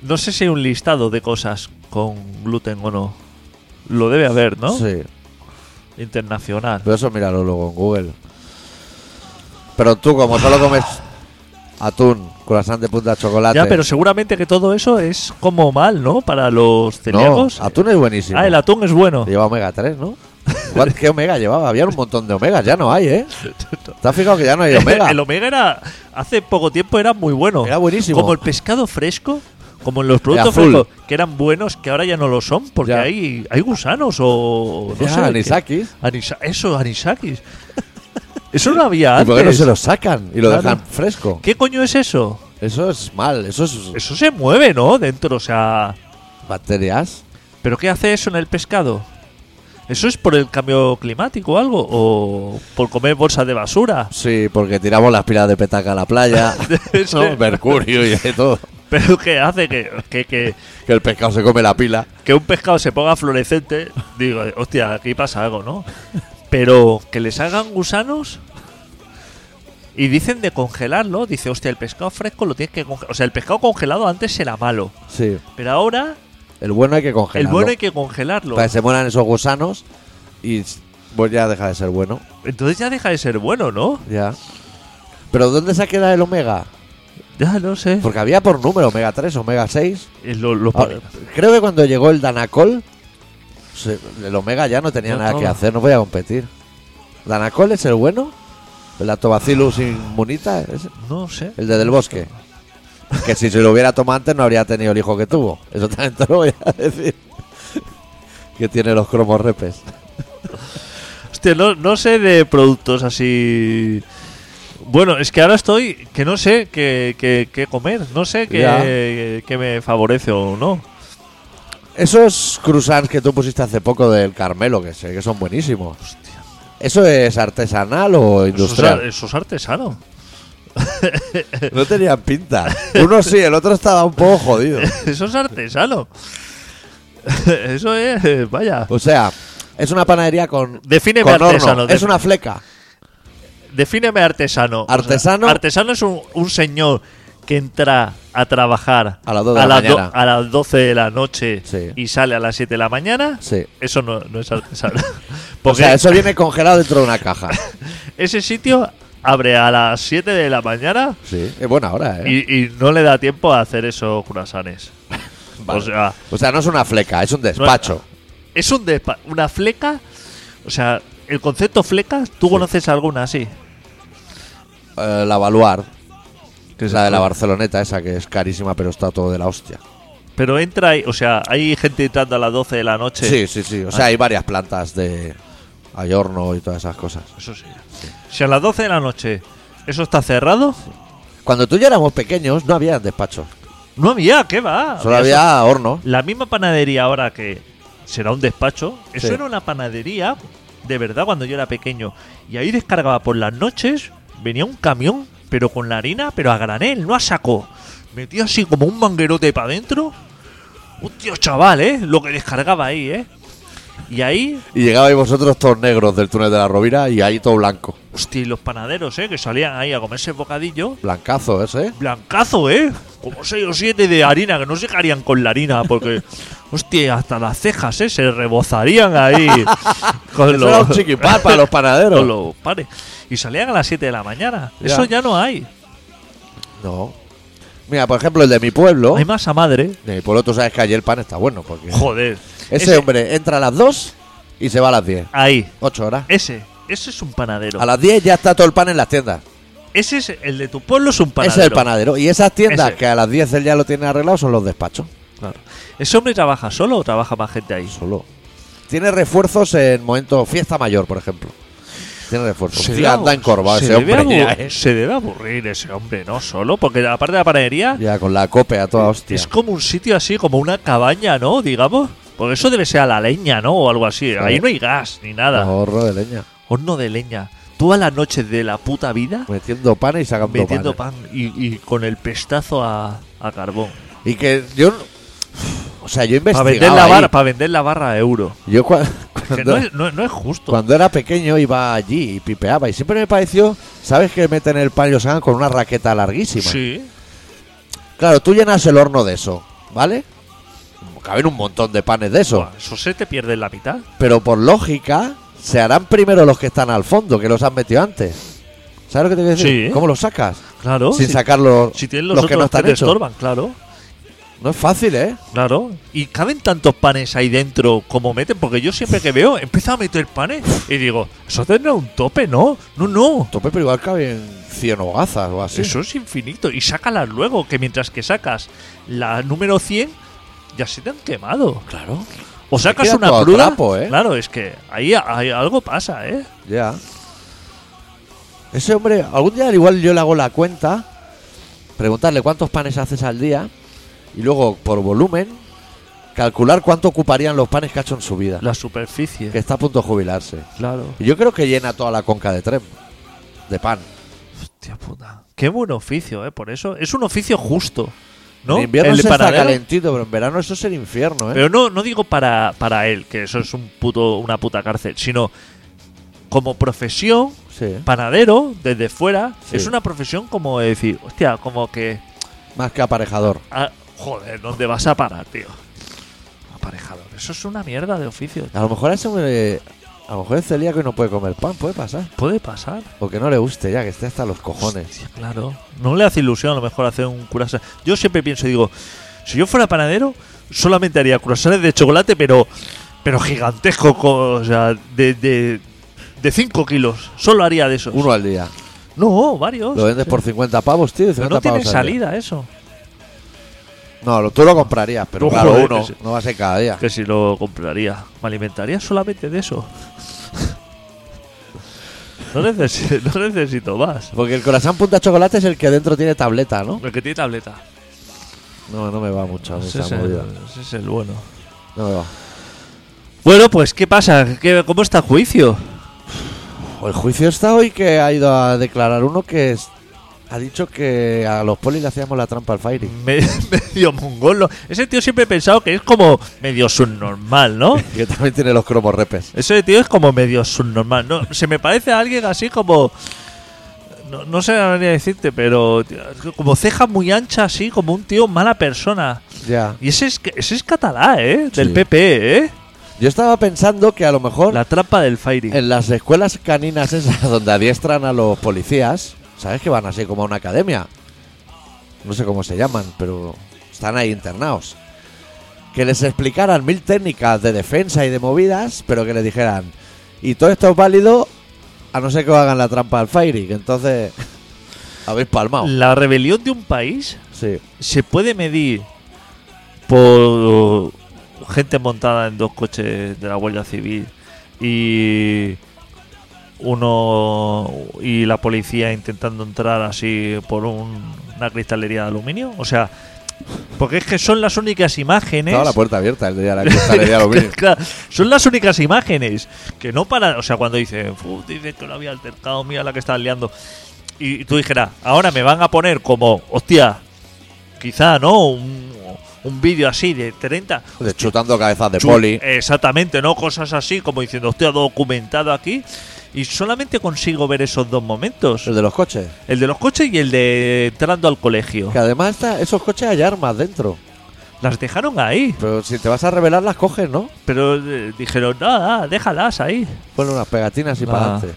Speaker 3: No sé si hay un listado de cosas con gluten o no. Lo debe haber, ¿no?
Speaker 1: Sí.
Speaker 3: Internacional.
Speaker 1: Pero eso míralo luego en Google. Pero tú, como solo comes atún, croissant de punta de chocolate.
Speaker 3: Ya, pero seguramente que todo eso es como mal, ¿no? Para los
Speaker 1: no,
Speaker 3: celíacos.
Speaker 1: atún es buenísimo.
Speaker 3: ah, el atún es bueno.
Speaker 1: Lleva omega 3, ¿no? ¿Cuál- ¿Qué omega llevaba? Había un montón de omegas, ya no hay, ¿eh? ¿Te has fijado que ya no
Speaker 3: *laughs*
Speaker 1: hay omega?
Speaker 3: *laughs* El omega era hace poco tiempo era muy bueno.
Speaker 1: Era buenísimo.
Speaker 3: Como el pescado fresco, como en los productos
Speaker 1: azul.
Speaker 3: frescos que eran buenos, que ahora ya no lo son porque
Speaker 1: Ya.
Speaker 3: hay hay gusanos o no
Speaker 1: Ya,
Speaker 3: sé qué.
Speaker 1: anisakis.
Speaker 3: Anisa- eso anisakis. eso no había
Speaker 1: ¿Y por qué no
Speaker 3: antes.
Speaker 1: se lo sacan y lo
Speaker 3: Claro.
Speaker 1: dejan fresco?
Speaker 3: ¿Qué coño es eso?
Speaker 1: Eso es mal, eso es
Speaker 3: Eso se mueve, ¿no? Dentro, o sea.
Speaker 1: bacterias.
Speaker 3: ¿Pero qué hace eso en el pescado? ¿Eso es por el cambio climático o algo? ¿O por comer bolsas de basura? *laughs*
Speaker 1: Sí, porque tiramos las pilas de petaca a la playa.
Speaker 3: Sí.
Speaker 1: ¿no? Mercurio y de todo.
Speaker 3: ¿Pero qué hace que, que, que-
Speaker 1: Que el pescado se come la pila.
Speaker 3: que un pescado se ponga fluorescente? Digo, hostia, aquí pasa algo, ¿no? Pero que les hagan gusanos y dicen de congelarlo. Dice, hostia, el pescado fresco lo tienes que congelar. O sea, el pescado congelado antes era malo.
Speaker 1: Sí.
Speaker 3: Pero ahora
Speaker 1: El bueno hay que congelarlo.
Speaker 3: el bueno hay que congelarlo.
Speaker 1: Para que se mueran esos gusanos y s- pues ya deja de ser bueno.
Speaker 3: Entonces ya deja de ser bueno, ¿no?
Speaker 1: Ya. Pero ¿dónde se ha quedado el omega?
Speaker 3: Ya no sé.
Speaker 1: Porque había por número, omega 3, omega 6.
Speaker 3: Eh, lo- lo-
Speaker 1: Ahora, creo que cuando llegó el Danacol, se- el omega ya no tenía
Speaker 3: No
Speaker 1: nada que
Speaker 3: toma.
Speaker 1: hacer, no podía competir. ¿Danacol es el bueno? ¿El Lactobacillus inmunita? ¿Ese?
Speaker 3: no sé.
Speaker 1: El de del bosque. Que si se lo hubiera tomado antes no habría tenido el hijo que tuvo. Eso también te lo voy a decir. *laughs* Que tiene los cromos repes.
Speaker 3: Hostia, no, no sé de productos así. Bueno, es que ahora estoy que no sé qué, qué- qué comer, no sé
Speaker 1: Ya.
Speaker 3: qué, qué me favorece o no.
Speaker 1: Esos croissants que tú pusiste hace poco del Carmelo, que sé que son buenísimos. ¿Eso es artesanal o
Speaker 3: Eso es
Speaker 1: industrial?
Speaker 3: ar- Eso es artesano. *laughs*
Speaker 1: No tenían pinta. *laughs* Uno sí, el otro estaba un poco jodido.
Speaker 3: Eso es artesano. *laughs* Eso es, eh, vaya.
Speaker 1: O sea, es una panadería con,
Speaker 3: Defíneme
Speaker 1: con
Speaker 3: artesano,
Speaker 1: horno. Es
Speaker 3: defi-
Speaker 1: una fleca.
Speaker 3: Defíneme artesano. O sea,
Speaker 1: Artesano-
Speaker 3: artesano es un, un señor que entra a trabajar
Speaker 1: A las dos de la
Speaker 3: do-
Speaker 1: mañana.
Speaker 3: a las 12 de la noche
Speaker 1: Sí.
Speaker 3: y sale a las 7 de la mañana.
Speaker 1: Sí.
Speaker 3: Eso no, no es artesano.
Speaker 1: *laughs* O
Speaker 3: *laughs* Porque
Speaker 1: sea, eso viene congelado dentro de una
Speaker 3: *laughs*
Speaker 1: caja.
Speaker 3: Ese sitio abre a las 7 de la mañana
Speaker 1: Sí, es buena hora, ¿eh?
Speaker 3: y, y no le da tiempo a hacer esos
Speaker 1: *laughs*
Speaker 3: curasanes.
Speaker 1: Vale.
Speaker 3: O sea,
Speaker 1: O sea, no es una fleca, es un despacho.
Speaker 3: es un despa- una fleca. O sea, el concepto fleca, ¿tú conoces alguna así?
Speaker 1: Eh, la Baluar.
Speaker 3: que se
Speaker 1: la de la
Speaker 3: fue.
Speaker 1: Barceloneta, esa que es carísima, pero está todo de la hostia.
Speaker 3: Pero entra, ahí- o sea, hay gente entrando a las 12 de la noche.
Speaker 1: Sí, sí, sí. O sea,
Speaker 3: Ah.
Speaker 1: hay varias plantas de ayorno y todas esas cosas.
Speaker 3: Eso sí. Si a las 12 de la noche eso está cerrado,
Speaker 1: Cuando tú y yo éramos pequeños, no había despacho.
Speaker 3: no había, ¿qué va?
Speaker 1: Solo
Speaker 3: Había
Speaker 1: había horno.
Speaker 3: La misma panadería ahora que será un despacho, eso
Speaker 1: Sí.
Speaker 3: era una panadería de verdad cuando yo era pequeño. Y ahí descargaba por las noches, venía un camión, pero con la harina, pero a granel, no a saco. Metía así como un manguerote para adentro. Un tío chaval, ¿eh? Lo que descargaba ahí, ¿eh? Y ahí,
Speaker 1: Y llegabais vosotros todos negros del túnel de la Rovira y ahí todo blanco.
Speaker 3: hostia, y los panaderos, ¿eh? Que salían ahí a comerse bocadillo.
Speaker 1: Blancazo ese, ¿eh?
Speaker 3: Blancazo, ¿eh? Como 6 o 7 de harina, que no se caerían con la harina,
Speaker 1: *laughs*
Speaker 3: porque, hostia, hasta las cejas, ¿eh? Se
Speaker 1: *laughs*
Speaker 3: rebozarían ahí. con
Speaker 1: Eso era un chiquipar para los panaderos.
Speaker 3: con los pares. Y salían a las 7 de la mañana.
Speaker 1: Ya.
Speaker 3: Eso ya no hay.
Speaker 1: No. Mira, por ejemplo, el de mi pueblo.
Speaker 3: Hay masa madre.
Speaker 1: De mi pueblo tú sabes que allí el pan está bueno. porque
Speaker 3: Joder.
Speaker 1: Ese, hombre entra a las 2 y se va a las 10.
Speaker 3: Ahí.
Speaker 1: 8 horas.
Speaker 3: Ese. Ese es un panadero.
Speaker 1: A las 10 ya está todo el pan en las tiendas.
Speaker 3: Ese es el de tu pueblo, es un
Speaker 1: Ese
Speaker 3: panadero.
Speaker 1: es el panadero. Y esas tiendas
Speaker 3: Ese.
Speaker 1: que a las 10 él ya lo tiene arreglado son los despachos.
Speaker 3: Claro. ¿Ese hombre trabaja solo o trabaja más gente ahí?
Speaker 1: Solo. Tiene refuerzos en momentos fiesta mayor, por ejemplo. Tiene refuerzos. Sí,
Speaker 3: debe
Speaker 1: anda
Speaker 3: abur-
Speaker 1: encorvado
Speaker 3: se
Speaker 1: ese
Speaker 3: debe
Speaker 1: hombre. Ya,
Speaker 3: abur-
Speaker 1: ¿eh?
Speaker 3: Se debe aburrir ese hombre, ¿no? Solo, porque aparte de la panadería,
Speaker 1: *laughs* Ya, con la cope a toda hostia.
Speaker 3: es como un sitio así, como una cabaña, ¿no? Digamos. Porque eso debe ser a la leña, ¿no? O algo así.
Speaker 1: Claro.
Speaker 3: Ahí no hay gas ni nada.
Speaker 1: Ahorro de leña.
Speaker 3: Horno de leña. Todas las noches de la puta vida
Speaker 1: Metiendo pan eh. y sacando
Speaker 3: metiendo
Speaker 1: pan.
Speaker 3: pan y, y con el pestazo a, a carbón.
Speaker 1: Y que yo. O sea, yo
Speaker 3: Para
Speaker 1: investigaba.
Speaker 3: vender, la
Speaker 1: ahí.
Speaker 3: barra, para vender la barra a euro.
Speaker 1: Yo cua-
Speaker 3: Que
Speaker 1: cuando,
Speaker 3: no, es, no- no es justo.
Speaker 1: cuando era pequeño iba allí y pipeaba. Y siempre me pareció. ¿Sabes que meten el pan y lo sacan con una raqueta larguísima?
Speaker 3: sí.
Speaker 1: Claro, tú llenas el horno de eso, ¿vale? Caben un montón de panes de eso.
Speaker 3: Buah, Eso se te pierde en la mitad.
Speaker 1: Pero por lógica, se harán primero los que están al fondo, que los han metido antes. ¿Sabes lo que te quiero decir?
Speaker 3: Sí.
Speaker 1: ¿Cómo los sacas?
Speaker 3: Claro.
Speaker 1: Sin
Speaker 3: si,
Speaker 1: sacar los,
Speaker 3: si tienes los,
Speaker 1: los
Speaker 3: otros
Speaker 1: que no están
Speaker 3: te
Speaker 1: hechos.
Speaker 3: estorban, claro.
Speaker 1: No es fácil, ¿eh?
Speaker 3: Claro. Y caben tantos panes ahí dentro como meten, porque yo siempre que veo, empieza a meter panes y digo, eso tendrá un tope, ¿no? No, no.
Speaker 1: Tope, pero igual caben 100 hogazas o así.
Speaker 3: Eso es infinito. Y sácalas luego, que mientras que sacas la número 100, ya se te han quemado.
Speaker 1: Claro.
Speaker 3: O sacas
Speaker 1: queda
Speaker 3: una
Speaker 1: todo a
Speaker 3: cruda.
Speaker 1: trapo, ¿eh?
Speaker 3: Claro, es que ahí, ahí algo pasa, ¿eh?
Speaker 1: Ya. Ese hombre, algún día al igual yo le hago la cuenta, preguntarle cuántos panes haces al día y luego por volumen calcular cuánto ocuparían los panes que ha hecho en su vida,
Speaker 3: La superficie.
Speaker 1: que está a punto de jubilarse.
Speaker 3: Claro.
Speaker 1: Y Yo creo que llena toda la conca de tren de pan.
Speaker 3: Hostia puta. Qué buen oficio, ¿eh? Por eso. Es un oficio justo. ¿No?
Speaker 1: En invierno
Speaker 3: El
Speaker 1: se está
Speaker 3: panadero.
Speaker 1: calentito, pero en verano eso es el infierno, ¿eh?
Speaker 3: Pero no, no digo para, para él, que eso es un puto, una puta cárcel, sino como profesión,
Speaker 1: sí.
Speaker 3: panadero, desde fuera,
Speaker 1: ¿Eh? Sí.
Speaker 3: es una profesión como de decir, hostia, como que.
Speaker 1: Más que aparejador.
Speaker 3: ah, joder, ¿dónde vas a parar, tío? Aparejador. Eso es una mierda de oficio.
Speaker 1: A lo mejor ese hombre, a lo mejor es celíaco y no puede comer pan, puede pasar.
Speaker 3: Puede pasar.
Speaker 1: O que no le guste ya, que esté hasta los cojones.
Speaker 3: Hostia, claro. No le hace ilusión a lo mejor hacer un curasa. Yo siempre pienso y digo, si yo fuera panadero, solamente haría curasanes de chocolate, pero pero gigantesco, co- o sea, de, de, 5 kilos. Solo haría de esos.
Speaker 1: Uno al día.
Speaker 3: No, varios.
Speaker 1: Lo vendes por 50 pavos, tío. y
Speaker 3: Pero
Speaker 1: 50
Speaker 3: no tiene
Speaker 1: pavos al día.
Speaker 3: salida eso.
Speaker 1: No, lo- tú lo comprarías, pero
Speaker 3: No,
Speaker 1: claro,
Speaker 3: joder,
Speaker 1: uno.
Speaker 3: que sí.
Speaker 1: No va a ser cada día.
Speaker 3: Que si lo compraría, me alimentaría solamente de eso. *laughs* no, necesi- no necesito más.
Speaker 1: Porque el corazón punta chocolate es el que dentro tiene tableta, ¿no?
Speaker 3: El que tiene tableta.
Speaker 1: No, no me va mucho a mí
Speaker 3: Ese
Speaker 1: esa
Speaker 3: es el-
Speaker 1: movida.
Speaker 3: ese es el bueno.
Speaker 1: No me va.
Speaker 3: Bueno, pues ¿qué pasa? ¿Qué- ¿Cómo está el juicio?
Speaker 1: El juicio está hoy que ha ido a declarar uno que es- ha dicho que a los polis le hacíamos la trampa al Fairy.
Speaker 3: Me- *laughs* medio mongolo. Ese tío siempre he pensado que es como medio subnormal, ¿no?
Speaker 1: *laughs* Que también tiene los cromos repes.
Speaker 3: Ese tío es como medio subnormal. No, se me parece a alguien así como. No, no sé a decirte, pero. tío, es que como ceja muy ancha, así, como un tío mala persona.
Speaker 1: Ya.
Speaker 3: Y ese es, ese es catalá, ¿eh? Del
Speaker 1: Sí.
Speaker 3: PP, ¿eh?
Speaker 1: Yo estaba pensando que a lo mejor
Speaker 3: La trampa del Fairy.
Speaker 1: en las escuelas caninas esas donde adiestran a los policías, ¿sabes que van así como a una academia? No sé cómo se llaman, pero están ahí internados. Que les explicaran mil técnicas de defensa y de movidas, pero que les dijeran, y todo esto es válido a no ser que os hagan la trampa al Fairy, que entonces *laughs* Habéis palmado.
Speaker 3: La rebelión de un país
Speaker 1: Sí.
Speaker 3: se puede medir por gente montada en dos coches de la Guardia Civil y uno y la policía intentando entrar así por un- una cristalería de aluminio, o sea, porque es que son las únicas imágenes
Speaker 1: Estaba la puerta abierta el día de la cristalería de aluminio.
Speaker 3: Claro, son las únicas imágenes que no para. O sea, cuando dicen, "Fu, dicen que lo había altercado, mira la que están liando. Y tú dijeras, ahora me van a poner como, hostia, quizá, ¿no? Un, un vídeo así de 30.
Speaker 1: De chutando cabezas de
Speaker 3: chu-
Speaker 1: poli.
Speaker 3: Exactamente, ¿no? Cosas así, como diciendo, hostia, documentado aquí. Y solamente consigo ver esos dos momentos:
Speaker 1: El de los coches.
Speaker 3: el de los coches y el de entrando al colegio.
Speaker 1: Que además está- esos coches hay armas dentro.
Speaker 3: Las dejaron ahí,
Speaker 1: Pero si te vas a revelar, las coges, ¿no?
Speaker 3: pero eh, dijeron, nada, déjalas ahí.
Speaker 1: Pon unas pegatinas y
Speaker 3: Ah.
Speaker 1: para adelante.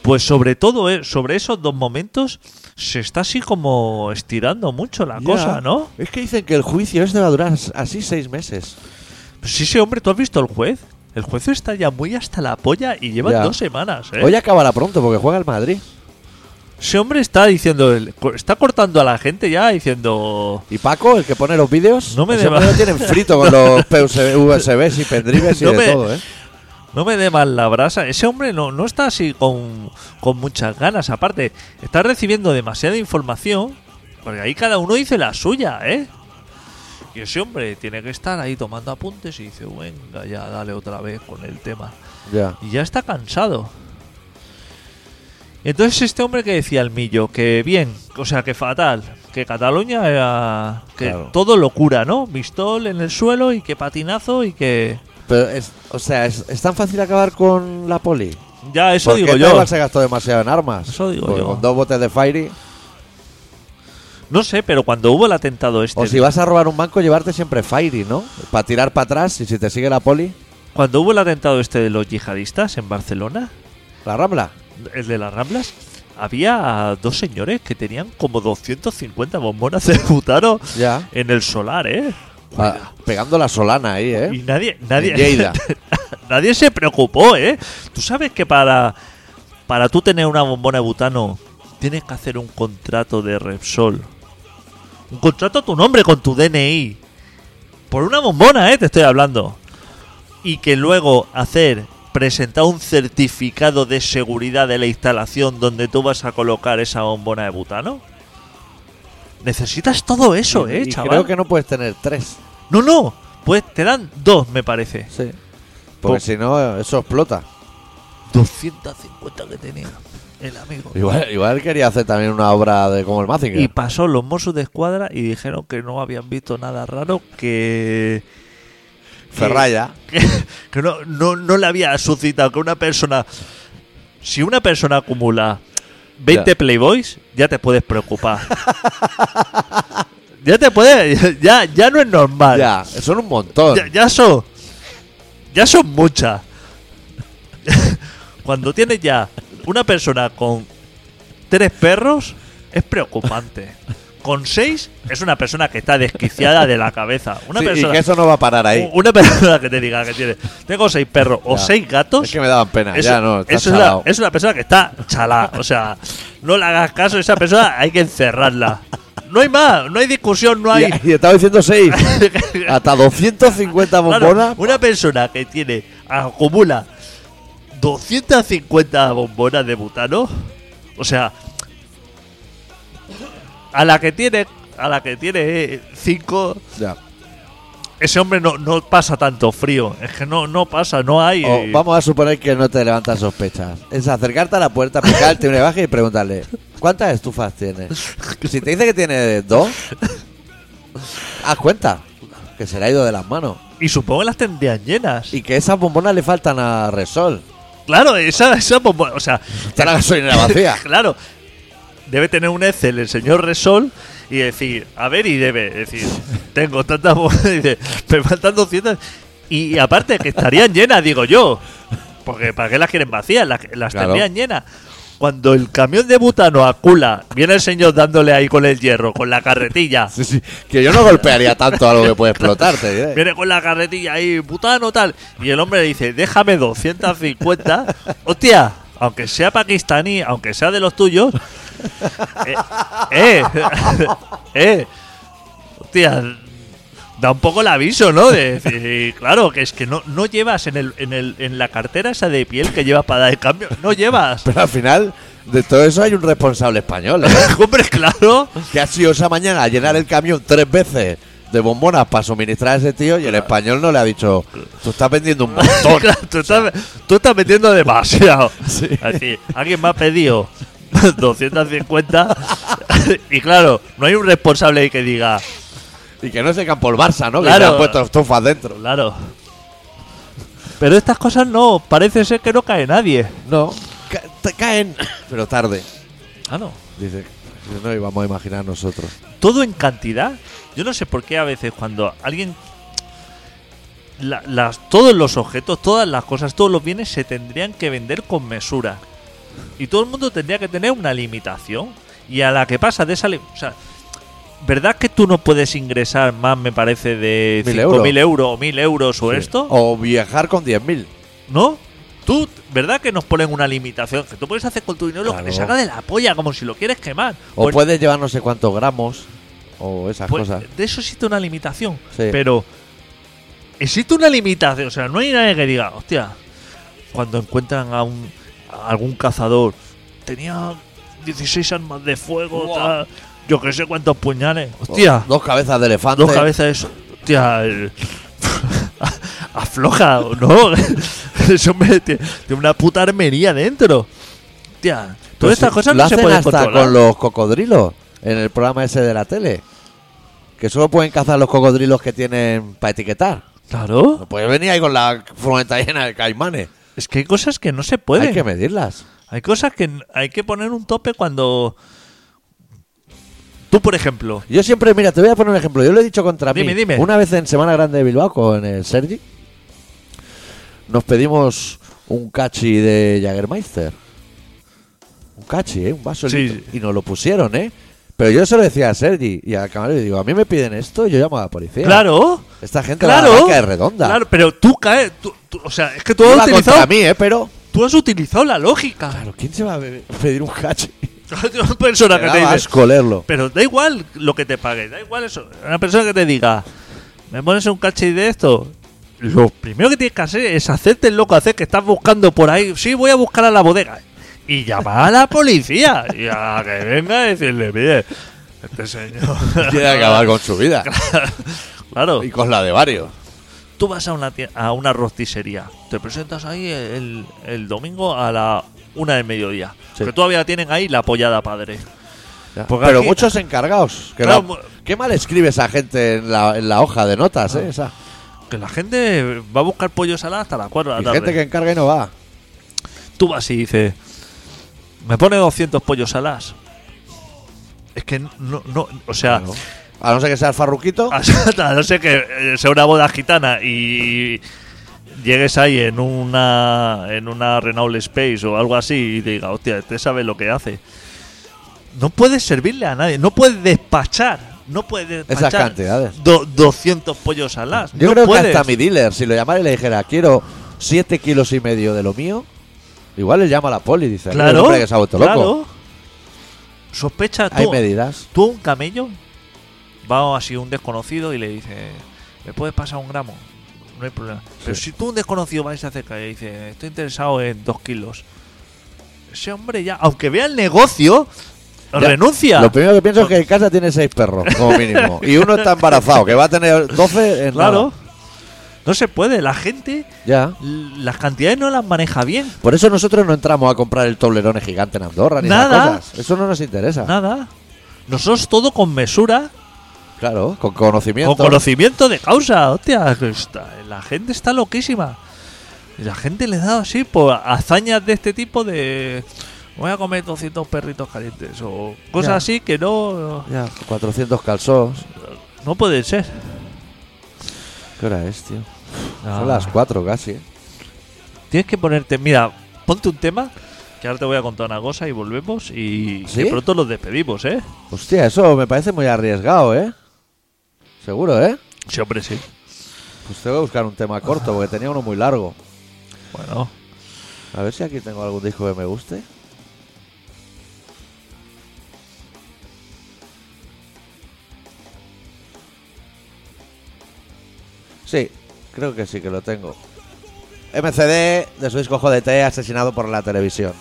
Speaker 3: Pues sobre todo, eh, sobre esos dos momentos, se está así como estirando mucho la
Speaker 1: Ya.
Speaker 3: cosa, ¿no?
Speaker 1: Es que dicen que el juicio este va a durar así seis meses.
Speaker 3: Sí, sí, hombre, ¿tú has visto el juez? El juez está ya muy hasta la polla y lleva
Speaker 1: Ya.
Speaker 3: dos semanas, ¿eh?
Speaker 1: Hoy acabará pronto porque juega el Madrid.
Speaker 3: Ese hombre está diciendo, el- co- está cortando a la gente ya diciendo...
Speaker 1: Y Paco, el que pone los vídeos,
Speaker 3: No me
Speaker 1: ese
Speaker 3: deba-
Speaker 1: hombre lo tienen frito con los
Speaker 3: *laughs*
Speaker 1: PUS- USBs y pendrives y
Speaker 3: No
Speaker 1: de
Speaker 3: me-
Speaker 1: todo, ¿eh?
Speaker 3: No me dé mal la brasa. Ese hombre no, no está así con, con muchas ganas. Aparte, está recibiendo demasiada información. Porque ahí cada uno dice la suya, ¿eh? Y ese hombre tiene que estar ahí tomando apuntes y dice, venga, ya dale otra vez con el tema.
Speaker 1: Ya.
Speaker 3: Y ya está cansado. Entonces este hombre que decía el millo, que bien, o sea, que fatal, que Cataluña era... que
Speaker 1: Claro.
Speaker 3: todo locura, ¿no? Mistol en el suelo y que patinazo y que...
Speaker 1: Pero, es, o sea, es, es tan fácil acabar con la poli.
Speaker 3: Ya, eso
Speaker 1: Porque
Speaker 3: digo
Speaker 1: esta
Speaker 3: yo.
Speaker 1: igual se gastó demasiado en armas.
Speaker 3: Eso digo
Speaker 1: Porque
Speaker 3: yo.
Speaker 1: Con dos botes de Fairy.
Speaker 3: No sé, pero cuando hubo el atentado este,
Speaker 1: O si vas a robar un banco, llevarte siempre Fairy, ¿no? Para tirar para atrás y si te sigue la poli,
Speaker 3: cuando hubo el atentado este de los yihadistas en Barcelona,
Speaker 1: la rambla.
Speaker 3: el de las Ramblas, había dos señores que tenían como 250 bombonas de butano
Speaker 1: Ya.
Speaker 3: en el solar, ¿eh?
Speaker 1: Pa- pegando la solana ahí, ¿eh?
Speaker 3: Y nadie,
Speaker 1: En Lleida.
Speaker 3: nadie, *laughs* nadie se preocupó, ¿eh? Tú sabes que para para tú tener una bombona de butano tienes que hacer un contrato de Repsol, un contrato a tu nombre con tu DNI por una bombona, ¿eh? Te estoy hablando y que luego hacer presentar un certificado de seguridad de la instalación donde tú vas a colocar esa bombona de butano. Necesitas todo eso,
Speaker 1: Y-
Speaker 3: eh,
Speaker 1: y
Speaker 3: chaval.
Speaker 1: Creo que no puedes tener tres.
Speaker 3: No, no. Pues te dan dos, me parece.
Speaker 1: Sí. Porque
Speaker 3: Po-
Speaker 1: si no, eso explota.
Speaker 3: 250 que tenía el amigo.
Speaker 1: Igual, igual quería hacer también una obra de como el Mazinger.
Speaker 3: Y pasó los Mossos de Escuadra y dijeron que no habían visto nada raro, que,
Speaker 1: Ferraya.
Speaker 3: que, *laughs* que no, no, no le había suscitado que una persona... Si una persona acumula 20
Speaker 1: Ya.
Speaker 3: Playboys, ya te puedes preocupar. *laughs* ya te puedes... Ya, ya no es normal.
Speaker 1: Ya, son un montón.
Speaker 3: Ya, ya son. Ya son muchas. *laughs* Cuando tienes ya una persona con tres perros, es preocupante. Con seis, es una persona que está desquiciada de la cabeza. Una,
Speaker 1: Sí, Y que
Speaker 3: persona,
Speaker 1: eso no va a parar ahí.
Speaker 3: una persona que te diga que tiene. Tengo seis perros o
Speaker 1: Ya.
Speaker 3: seis gatos.
Speaker 1: Es que me daban pena.
Speaker 3: Eso-
Speaker 1: ya no, está
Speaker 3: eso es, la-
Speaker 1: chalao.
Speaker 3: es una persona que está chalá. O sea, no le hagas caso a esa persona, hay que encerrarla. No hay más, no hay discusión, no hay. *laughs*
Speaker 1: Y, y estaba diciendo seis. Hasta 250
Speaker 3: Claro,
Speaker 1: bombonas.
Speaker 3: una persona que tiene, acumula 250 bombonas de butano, o sea, a la que tiene, a la que tiene 5,
Speaker 1: Ya.
Speaker 3: ese hombre no, no pasa tanto frío, es que no, no pasa, no hay.
Speaker 1: O Oh, vamos a suponer que no te levantan sospechas. Es acercarte a la puerta, picarte una baja y preguntarle, ¿cuántas estufas tienes? Si te dice que tiene dos, haz cuenta que se le ha ido de las manos.
Speaker 3: Y supongo que las tendrían llenas.
Speaker 1: Y que esas bombonas le faltan a Resol.
Speaker 3: claro, esa, esa bombona, o sea,
Speaker 1: Está la gasolinera vacía.
Speaker 3: *laughs* claro, debe tener un Excel el señor Resol y decir, a ver, y debe decir, tengo tantas *laughs* bolas, dice, me faltan 200. Y aparte, que estarían llenas, digo yo, porque ¿para qué las quieren vacías? Las, las
Speaker 1: Claro.
Speaker 3: tendrían llenas. Cuando el camión de butano acula, viene el señor dándole ahí con el hierro, con la carretilla.
Speaker 1: Sí, sí. Que yo no golpearía tanto algo que puede explotar, te diré.
Speaker 3: Viene con la carretilla ahí, butano, tal. Y el hombre le dice, déjame 250. Hostia, aunque sea pakistaní, aunque sea de los tuyos, eh, eh, *laughs* eh. Hostia, da un poco el aviso, ¿no? De decir, claro, que es que no, no llevas en, el, en, el, en la cartera esa de piel que llevas para dar el cambio, no llevas.
Speaker 1: Pero al final, de todo eso hay un responsable español, ¿eh?
Speaker 3: *laughs* Hombre, claro.
Speaker 1: que ha sido esa mañana a llenar el camión tres veces de bombonas para suministrar a ese tío y el español no le ha dicho, tú estás vendiendo un montón.
Speaker 3: Claro, tú, estás, tú estás metiendo *laughs* demasiado. Así, alguien me ha pedido *laughs* 250 *laughs* y claro, no hay un responsable ahí que diga,
Speaker 1: y que no se campo el Barça, ¿no? Que
Speaker 3: Claro.
Speaker 1: le han puesto estufas dentro.
Speaker 3: claro. Pero estas cosas no, parece ser que no cae nadie.
Speaker 1: No, ca- te caen, pero tarde.
Speaker 3: Ah, no.
Speaker 1: Dice, no íbamos a imaginar nosotros.
Speaker 3: todo en cantidad. Yo no sé por qué a veces cuando alguien... la- las, todos los objetos, todas las cosas, todos los bienes se tendrían que vender con mesura. Y todo el mundo tendría que tener una limitación. Y a la que pasa de esa... li- O sea, ¿verdad que tú no puedes ingresar más, me parece, de
Speaker 1: Mil
Speaker 3: 5.000
Speaker 1: euros.
Speaker 3: euros. o 1.000 euros o
Speaker 1: Sí.
Speaker 3: esto?
Speaker 1: O viajar con 10.000.
Speaker 3: ¿No? Tú, ¿verdad que nos ponen una limitación? Que tú puedes hacer con tu dinero lo que te
Speaker 1: Claro.
Speaker 3: saca de la polla, como si lo quieres quemar.
Speaker 1: O
Speaker 3: Pues-
Speaker 1: puedes llevar no sé cuántos gramos. O esas
Speaker 3: Pues,
Speaker 1: cosas.
Speaker 3: De eso existe una limitación.
Speaker 1: Sí.
Speaker 3: Pero existe una limitación. O sea, no hay nadie que diga, hostia, cuando encuentran a, un, a algún cazador, tenía 16 armas de fuego, tal, yo que sé cuántos puñales.
Speaker 1: Pues,
Speaker 3: Hostia,
Speaker 1: Dos cabezas de elefante.
Speaker 3: dos cabezas de eso. Hostia, el- *laughs* afloja, ¿no? *laughs* Ese hombre tiene, tiene una puta armería dentro. Hostia,
Speaker 1: Pues
Speaker 3: todas estas
Speaker 1: sí,
Speaker 3: cosas
Speaker 1: lo
Speaker 3: no se
Speaker 1: hacen
Speaker 3: pueden
Speaker 1: hasta
Speaker 3: controlar.
Speaker 1: con los cocodrilos en el programa ese de la tele. Que solo pueden cazar los cocodrilos que tienen para etiquetar.
Speaker 3: Claro,
Speaker 1: No puedes venir ahí con la furgoneta llena de caimanes.
Speaker 3: es que hay cosas que no se pueden.
Speaker 1: Hay que medirlas.
Speaker 3: Hay cosas que n- hay que poner un tope cuando. Tú, por ejemplo.
Speaker 1: Yo siempre, mira, te voy a poner un ejemplo. Yo lo he dicho contra
Speaker 3: Dime,
Speaker 1: mí.
Speaker 3: dime.
Speaker 1: Una vez en Semana Grande de Bilbao con el Sergi, nos pedimos un cachi de Jagermeister. Un cachi, ¿eh? Un vaso.
Speaker 3: Sí,
Speaker 1: lito. Y nos lo pusieron, ¿eh? Pero yo se lo decía a Sergi y al camarero y digo, a mí me piden esto, yo llamo a la policía.
Speaker 3: Claro,
Speaker 1: Esta gente
Speaker 3: claro.
Speaker 1: la banca es redonda.
Speaker 3: Claro, pero tú caes. tú- tú- o sea, es que tú
Speaker 1: Iba
Speaker 3: has,
Speaker 1: contra
Speaker 3: utilizado,
Speaker 1: mí, ¿eh? Pero...
Speaker 3: tú has utilizado la lógica. *laughs*
Speaker 1: Claro, ¿quién se va a be- pedir un cachi?
Speaker 3: Una persona
Speaker 1: Me
Speaker 3: que
Speaker 1: daba
Speaker 3: te dice.
Speaker 1: asco leerlo.
Speaker 3: Pero da igual lo que te pague, da igual eso. Una persona que te diga, ¿me pones un caché de esto? Lo primero que tienes que hacer es hacerte el loco, hacer que estás buscando por ahí. Sí, voy a buscar a la bodega. Y llamar a la policía. Y a que venga a decirle, mire,
Speaker 1: *laughs*
Speaker 3: este señor.
Speaker 1: Quiere acabar con su vida.
Speaker 3: *laughs* Claro,
Speaker 1: Y con la de varios.
Speaker 3: tú vas a una, tie- a una rosticería. Te presentas ahí el, el domingo a la una del mediodía.
Speaker 1: Sí.
Speaker 3: Que todavía tienen ahí la pollada padre.
Speaker 1: Ya.
Speaker 3: Porque
Speaker 1: Pero
Speaker 3: aquí-
Speaker 1: muchos encargados. que
Speaker 3: Claro,
Speaker 1: la-
Speaker 3: mu-
Speaker 1: Qué mal escribe esa gente en la, en la hoja de notas,
Speaker 3: Ah,
Speaker 1: ¿eh? Esa.
Speaker 3: Que la gente va a buscar pollo salada hasta las 4 de
Speaker 1: Y
Speaker 3: la tarde.
Speaker 1: gente que encarga y no va.
Speaker 3: Tú vas y dices, me pone 200 pollos alas. Es que no, no, o sea, *laughs*
Speaker 1: Claro. A no ser que sea el farruquito.
Speaker 3: Ah, a no sé que eh, sea una boda gitana y llegues ahí en una en una Renault Space o algo así y diga, hostia, este sabe lo que hace. No puedes servirle a nadie, no puedes despachar, no puedes despachar
Speaker 1: Esas cantidades.
Speaker 3: do- 200 pollos alas.
Speaker 1: Yo
Speaker 3: no
Speaker 1: creo
Speaker 3: puedes.
Speaker 1: que hasta mi dealer, si lo llamara y le dijera, quiero 7 kilos y medio de lo mío, igual le llama a la poli y dice, "Mira, el
Speaker 3: Claro,
Speaker 1: hombre que se ha vuelto loco.
Speaker 3: claro. Sospecha tú.
Speaker 1: Hay medidas.
Speaker 3: Tú a un camello, va así un desconocido y le dice, ¿me puedes pasar un gramo? No hay problema. Pero
Speaker 1: Sí.
Speaker 3: si tú a un desconocido vas y se acerca y le dice, estoy interesado en dos kilos, ese hombre ya, aunque vea el negocio,
Speaker 1: Ya,
Speaker 3: renuncia.
Speaker 1: Lo primero que pienso es que en casa tiene 6 perros, como
Speaker 3: *laughs*
Speaker 1: mínimo. y uno está embarazado, que va a tener 12 en
Speaker 3: claro.
Speaker 1: nada.
Speaker 3: No se puede, la gente
Speaker 1: Ya.
Speaker 3: l- las cantidades no las maneja bien.
Speaker 1: Por eso nosotros no entramos a comprar el toblerone gigante en Andorra ni esas
Speaker 3: Nada.
Speaker 1: cosas. Eso no nos interesa.
Speaker 3: Nada. Nosotros todo con mesura,
Speaker 1: Claro, con conocimiento.
Speaker 3: Con conocimiento de causa, hostia, que está- la gente está loquísima. Y la gente le da así por hazañas de este tipo de voy a comer 200 perritos calientes o cosas
Speaker 1: Ya.
Speaker 3: así que no
Speaker 1: Ya, 400 calzos.
Speaker 3: no pueden ser.
Speaker 1: ¿Qué hora es, tío?
Speaker 3: Ah,
Speaker 1: Son las 4 casi. ¿eh?
Speaker 3: Tienes que ponerte, mira, ponte un tema que ahora te voy a contar una cosa y volvemos y
Speaker 1: ¿Sí?
Speaker 3: que pronto los despedimos, ¿eh?
Speaker 1: Hostia, eso me parece muy arriesgado, ¿eh? Seguro, ¿eh?
Speaker 3: Sí, hombre, sí.
Speaker 1: Pues tengo que buscar un tema corto porque tenía uno muy largo.
Speaker 3: Bueno,
Speaker 1: A ver si aquí tengo algún disco que me guste. Sí, creo que sí que lo tengo. MCD de su disco Jodete asesinado por la televisión.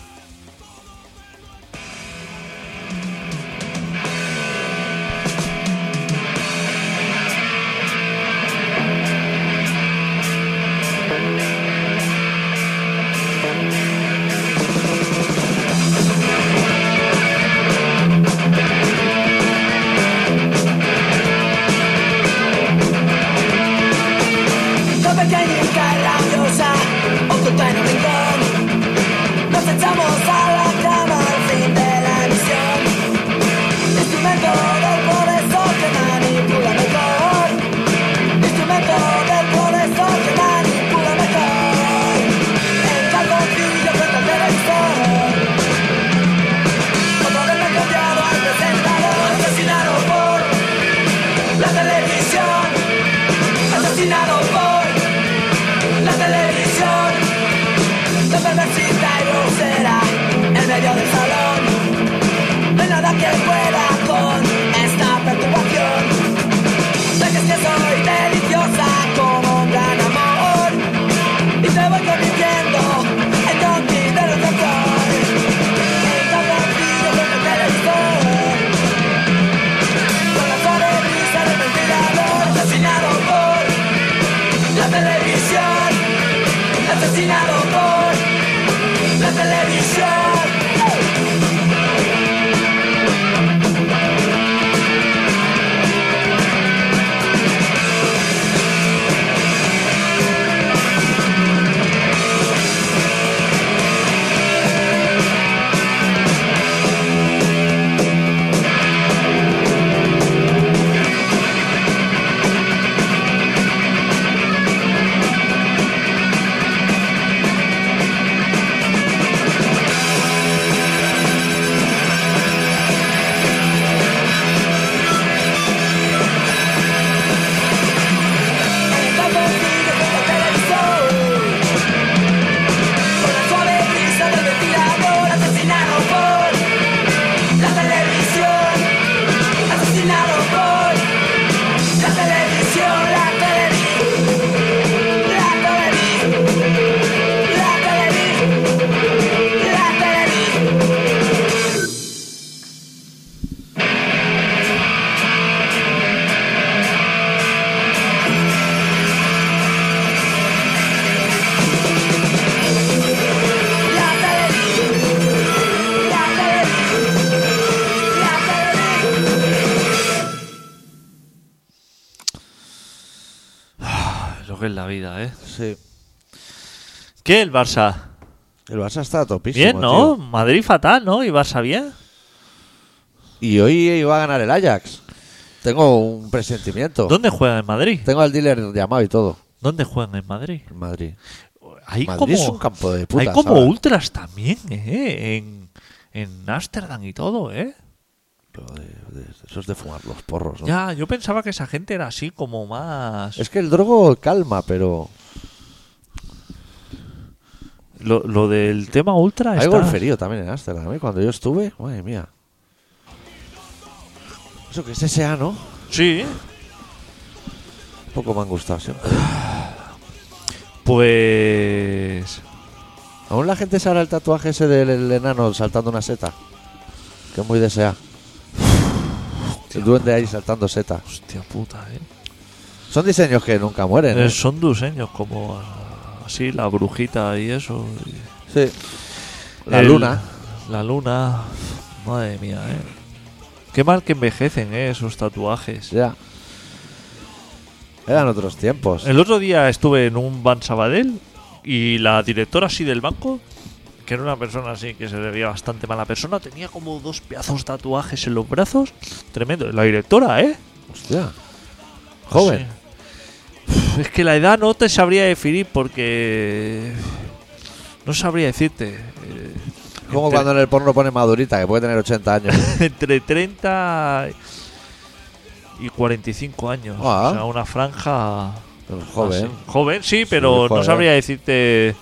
Speaker 2: Competencia rabiosa, oculta en un rincón. Nos echamos a la cama al fin de la emisión. Instrumento del profesor que manipula mejor. Instrumento del profesor que manipula mejor. El calzoncillo frente al televisor. Otro vez me he encontrado al presentador asesinado por la televisión. Asesinado por la televisión No perversita y grosera En medio del salón No hay nada que pueda con esta perturbación Sé que es que soy deliciosa como un gran amor Y te voy convirtiendo en Donkey de los doctores En cabroncillo con el televisor Con la sonrisa del ventilador Asesinado por la televisión asesinado por la televisión. El calzoncillo con el televisor. Con la suave brisa del ventilador, asesinado por la televisión. Asesinado por la televisión, la televisión. La televisión. La televisión. La televisión. La televisión, la televisión, la televisión.
Speaker 3: Lo que es la vida, ¿eh?
Speaker 1: Sí.
Speaker 3: ¿Qué el Barça?
Speaker 1: El Barça está a topísimo.
Speaker 3: Bien, ¿no?
Speaker 1: tío.
Speaker 3: Madrid fatal, ¿no? ¿Y Barça bien?
Speaker 1: Y hoy iba a ganar el Ajax. Tengo un presentimiento.
Speaker 3: ¿Dónde juegan en Madrid?
Speaker 1: Tengo al dealer llamado y todo.
Speaker 3: ¿Dónde juegan en Madrid?
Speaker 1: En Madrid.
Speaker 3: Hay
Speaker 1: Madrid
Speaker 3: como,
Speaker 1: es un campo de putas,
Speaker 3: Hay como
Speaker 1: ahora.
Speaker 3: ultras también, ¿eh? En, en Ámsterdam y todo, ¿eh?
Speaker 1: Pero de- de- eso es de fumar los porros, ¿no?
Speaker 3: Ya, yo pensaba que esa gente era así como más...
Speaker 1: Pues Es que el drogo calma, pero
Speaker 3: Lo, lo del tema ultra
Speaker 1: hay
Speaker 3: está-
Speaker 1: golferío también en Ámsterdam. A mí cuando yo estuve, madre mía. Eso que es S.A., ¿no?
Speaker 3: Sí,
Speaker 1: Poco me han gustado siempre.
Speaker 3: pues...
Speaker 1: Aún la gente se hará el tatuaje ese del el enano saltando una seta. Que es muy desea. El duende ahí saltando seta.
Speaker 3: Hostia puta, ¿eh?
Speaker 1: Son diseños que nunca mueren. ¿eh?
Speaker 3: Eh, Son diseños como ah, así, la brujita y eso. y-
Speaker 1: Sí. La
Speaker 3: El-
Speaker 1: luna.
Speaker 3: La luna. Madre mía, eh. Qué mal que envejecen, eh, esos tatuajes.
Speaker 1: Ya. Eran otros tiempos.
Speaker 3: El otro día estuve en un Ban Sabadell y la directora así del banco, que era una persona así que se le veía bastante mala persona, tenía como dos pedazos de tatuajes en los brazos. Tremendo. La directora, eh.
Speaker 1: Hostia. Joven.
Speaker 3: Sí. Es que la edad no te sabría definir porque. No sabría decirte. Eh,
Speaker 1: Como
Speaker 3: entre-
Speaker 1: cuando en el porno pone madurita, que puede tener 80 años.
Speaker 3: *laughs* entre 30 y 45 años.
Speaker 1: Ah.
Speaker 3: O sea, una franja.
Speaker 1: Pero Joven.
Speaker 3: así. Joven, sí, pero
Speaker 1: joven.
Speaker 3: no sabría decirte.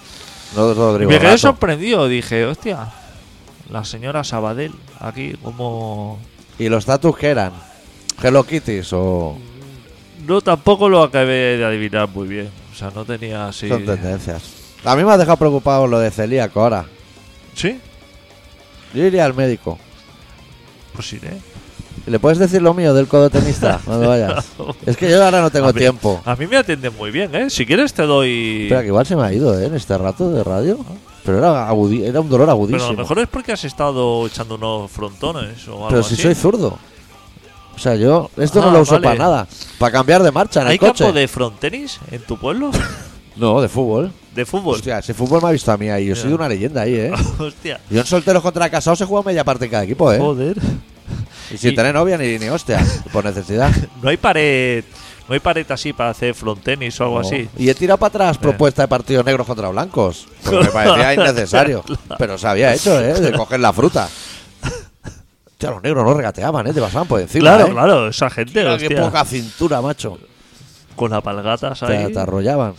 Speaker 1: No es Rodrigo
Speaker 3: Me quedé
Speaker 1: Rato.
Speaker 3: sorprendido, dije, hostia. La señora Sabadell, aquí como.
Speaker 1: ¿Y los tatus que eran? ¿Hello Kitties o.?
Speaker 3: No, tampoco lo acabé de adivinar muy bien. O sea, no tenía así.
Speaker 1: Son ¿eh? tendencias. A mí me ha dejado preocupado lo de celíaco ahora.
Speaker 3: ¿Sí?
Speaker 1: Yo iría al médico.
Speaker 3: Pues iré.
Speaker 1: ¿Le puedes decir lo mío del codo
Speaker 3: *laughs*
Speaker 1: tenista cuando vayas? Es que yo ahora no tengo
Speaker 3: A mí-
Speaker 1: tiempo.
Speaker 3: A mí me atienden muy bien, ¿eh? Si quieres te doy.
Speaker 1: Espera, que igual se me ha ido, ¿eh? En este rato de radio. Pero era, agudi- era un dolor
Speaker 3: Pero
Speaker 1: agudísimo.
Speaker 3: a lo mejor es porque has estado echando unos frontones o algo
Speaker 1: Pero si
Speaker 3: así.
Speaker 1: soy zurdo. O sea, yo esto no
Speaker 3: Ah,
Speaker 1: lo uso
Speaker 3: vale.
Speaker 1: para nada. Para cambiar de marcha en
Speaker 3: ¿Hay
Speaker 1: el coche.
Speaker 3: campo de frontenis en
Speaker 1: *laughs*
Speaker 3: tu pueblo?
Speaker 1: No, de fútbol.
Speaker 3: ¿De fútbol?
Speaker 1: Hostia, ese fútbol me ha visto a mí ahí. Yo soy
Speaker 3: Ya.
Speaker 1: una leyenda ahí, ¿eh?
Speaker 3: Hostia.
Speaker 1: Yo en solteros contra casados se juega media parte en cada equipo, ¿eh?
Speaker 3: Joder.
Speaker 1: y sin
Speaker 3: y-
Speaker 1: tener novia ni, ni hostia,
Speaker 3: *laughs*
Speaker 1: por necesidad.
Speaker 3: No hay pared. No hay pared así para hacer frontenis o algo
Speaker 1: No.
Speaker 3: así. Eh.
Speaker 1: Y he tirado para atrás propuesta de partidos negros contra blancos.
Speaker 3: *laughs*
Speaker 1: Porque me parecía innecesario. Pero se había hecho, ¿eh? De coger la
Speaker 3: *laughs*
Speaker 1: fruta. Hostia, los negros no regateaban, ¿eh? Te pasaban por encima.
Speaker 3: claro,
Speaker 1: ¿eh?
Speaker 3: claro, esa gente,
Speaker 1: Mira, qué
Speaker 3: hostia,
Speaker 1: poca cintura, macho.
Speaker 3: con apalgatas
Speaker 1: Te,
Speaker 3: ahí.
Speaker 1: te arrollaban.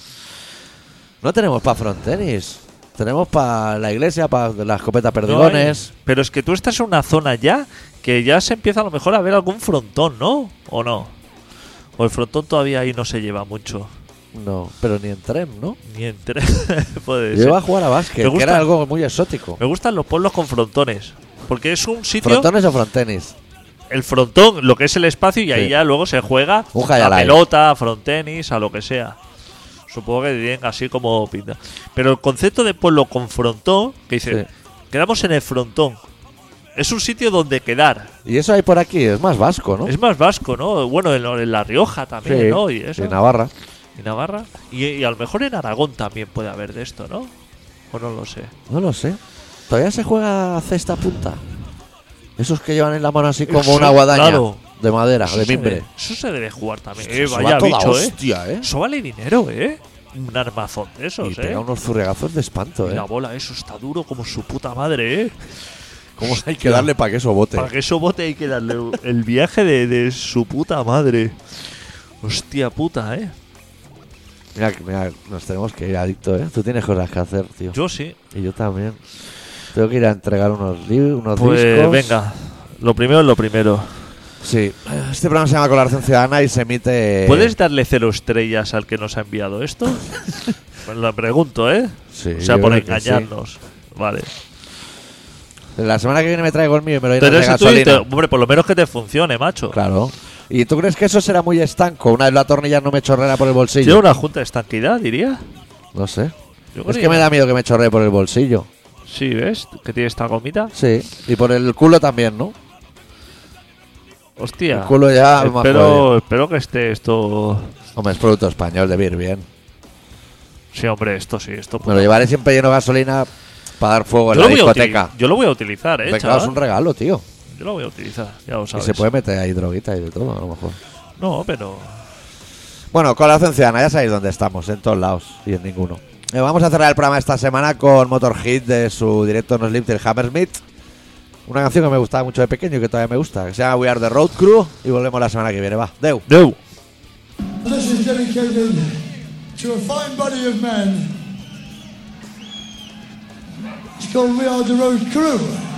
Speaker 1: No tenemos para frontenis. Tenemos para la iglesia, para las escopetas
Speaker 3: No
Speaker 1: perdigones.
Speaker 3: hay. Pero es que tú estás en una zona ya que ya se empieza a lo mejor a ver algún frontón, ¿no? ¿O no? O el frontón todavía ahí no se lleva mucho.
Speaker 1: No, pero ni en tren, ¿no?
Speaker 3: Ni entre. *laughs* Puede
Speaker 1: Yo
Speaker 3: ser.
Speaker 1: iba a jugar a básquet,
Speaker 3: ¿Te
Speaker 1: que
Speaker 3: gusta?
Speaker 1: era algo muy exótico.
Speaker 3: Me gustan los pueblos con frontones. Porque es un sitio.
Speaker 1: ¿Frontones o frontenis?
Speaker 3: El frontón, lo que es el espacio, y ahí
Speaker 1: Sí.
Speaker 3: ya luego se juega
Speaker 1: Un
Speaker 3: a
Speaker 1: hayalai.
Speaker 3: pelota, a frontenis, a lo que sea. Supongo que dirían así como pinta. Pero el concepto de pueblo con frontón, que dice,
Speaker 1: Sí.
Speaker 3: quedamos en el frontón. Es un sitio donde quedar.
Speaker 1: Y eso hay por aquí, es más vasco, ¿no?
Speaker 3: Es más vasco, ¿no? Bueno, en, lo- en La Rioja también,
Speaker 1: Sí,
Speaker 3: ¿no? Y, eso.
Speaker 1: de Navarra.
Speaker 3: Y Navarra. Y, y a lo mejor en Aragón también puede haber de esto, ¿no? O no lo sé.
Speaker 1: No lo sé. Todavía se juega a cesta punta. Esos que llevan en la mano así como
Speaker 3: Eso,
Speaker 1: una guadaña
Speaker 3: claro.
Speaker 1: de madera, de
Speaker 3: se
Speaker 1: mimbre.
Speaker 3: debe- eso se debe jugar también.
Speaker 1: Hostia,
Speaker 3: Eh,
Speaker 1: se va
Speaker 3: vaya
Speaker 1: toda
Speaker 3: bicho,
Speaker 1: hostia, ¿eh?
Speaker 3: Eso vale dinero, ¿eh? Un armazón de esos,
Speaker 1: Y
Speaker 3: ¿eh?
Speaker 1: pega unos zurregazos de espanto,
Speaker 3: Y
Speaker 1: ¿eh?
Speaker 3: la bola, eso está duro como su puta madre, ¿eh?
Speaker 1: ¿Cómo hay que darle para que eso bote?
Speaker 3: Para que eso bote hay que darle un- el viaje de, de su puta madre. Hostia puta, ¿eh?
Speaker 1: Mira, que- mira, nos tenemos que ir adicto, ¿eh? Tú tienes cosas que hacer, tío.
Speaker 3: Yo sí.
Speaker 1: Y yo también. Tengo que ir a entregar unos libros, unos
Speaker 3: Pues
Speaker 1: discos.
Speaker 3: venga, lo primero es lo primero.
Speaker 1: Sí. Este programa se llama Colaboración Ciudadana y se emite...
Speaker 3: ¿Puedes darle cero estrellas al que nos ha
Speaker 1: *laughs*
Speaker 3: enviado esto? pues lo pregunto, ¿eh?
Speaker 1: Sí,
Speaker 3: o sea,
Speaker 1: yo
Speaker 3: por
Speaker 1: creo que sí.
Speaker 3: engañarnos. Vale.
Speaker 1: La semana que viene me traigo el mío y me lo lleno
Speaker 3: Pero
Speaker 1: de
Speaker 3: ese tú
Speaker 1: gasolina.
Speaker 3: dices, hombre, por lo menos que te funcione, macho.
Speaker 1: Claro. ¿Y tú crees que eso será muy estanco? Una vez lo atornillas no me chorrera por el
Speaker 3: Tiene
Speaker 1: bolsillo.
Speaker 3: una junta de estanquidad, diría.
Speaker 1: No sé.
Speaker 3: Yo
Speaker 1: Es
Speaker 3: creo
Speaker 1: que me da miedo que me chorree por el bolsillo.
Speaker 3: Sí, ¿ves? Que tiene esta gomita.
Speaker 1: Sí. Y por el culo también, ¿no?
Speaker 3: Hostia.
Speaker 1: El culo ya me ha jodido.
Speaker 3: Espero, espero que esté esto.
Speaker 1: Hombre, es producto español de vir bien.
Speaker 3: Sí, hombre, esto sí, esto.
Speaker 1: Me lo llevaré siempre lleno de gasolina para dar fuego en
Speaker 3: yo,
Speaker 1: la
Speaker 3: lo voy a
Speaker 1: discoteca.
Speaker 3: utili- yo lo voy a utilizar, eh,
Speaker 1: Venga,
Speaker 3: chaval.
Speaker 1: es un regalo, tío.
Speaker 3: Yo lo voy a utilizar, ya lo
Speaker 1: Y
Speaker 3: sabes.
Speaker 1: se puede meter ahí droguita y de todo, a lo mejor.
Speaker 3: No, pero.
Speaker 1: Bueno, Colaboración Ciudadana, ya sabéis dónde estamos, en todos lados y en ninguno. Eh, vamos a cerrar el programa esta semana con Motor Hit de su directo No Sleep del Hammersmith. Una canción que me gustaba mucho de pequeño y que todavía me gusta, que se llama We Are the Road Crew. Y volvemos la semana que viene, va. Deu.
Speaker 3: Deu.
Speaker 4: This is dedicated to a fine body of men. It's called We Are the Road Crew.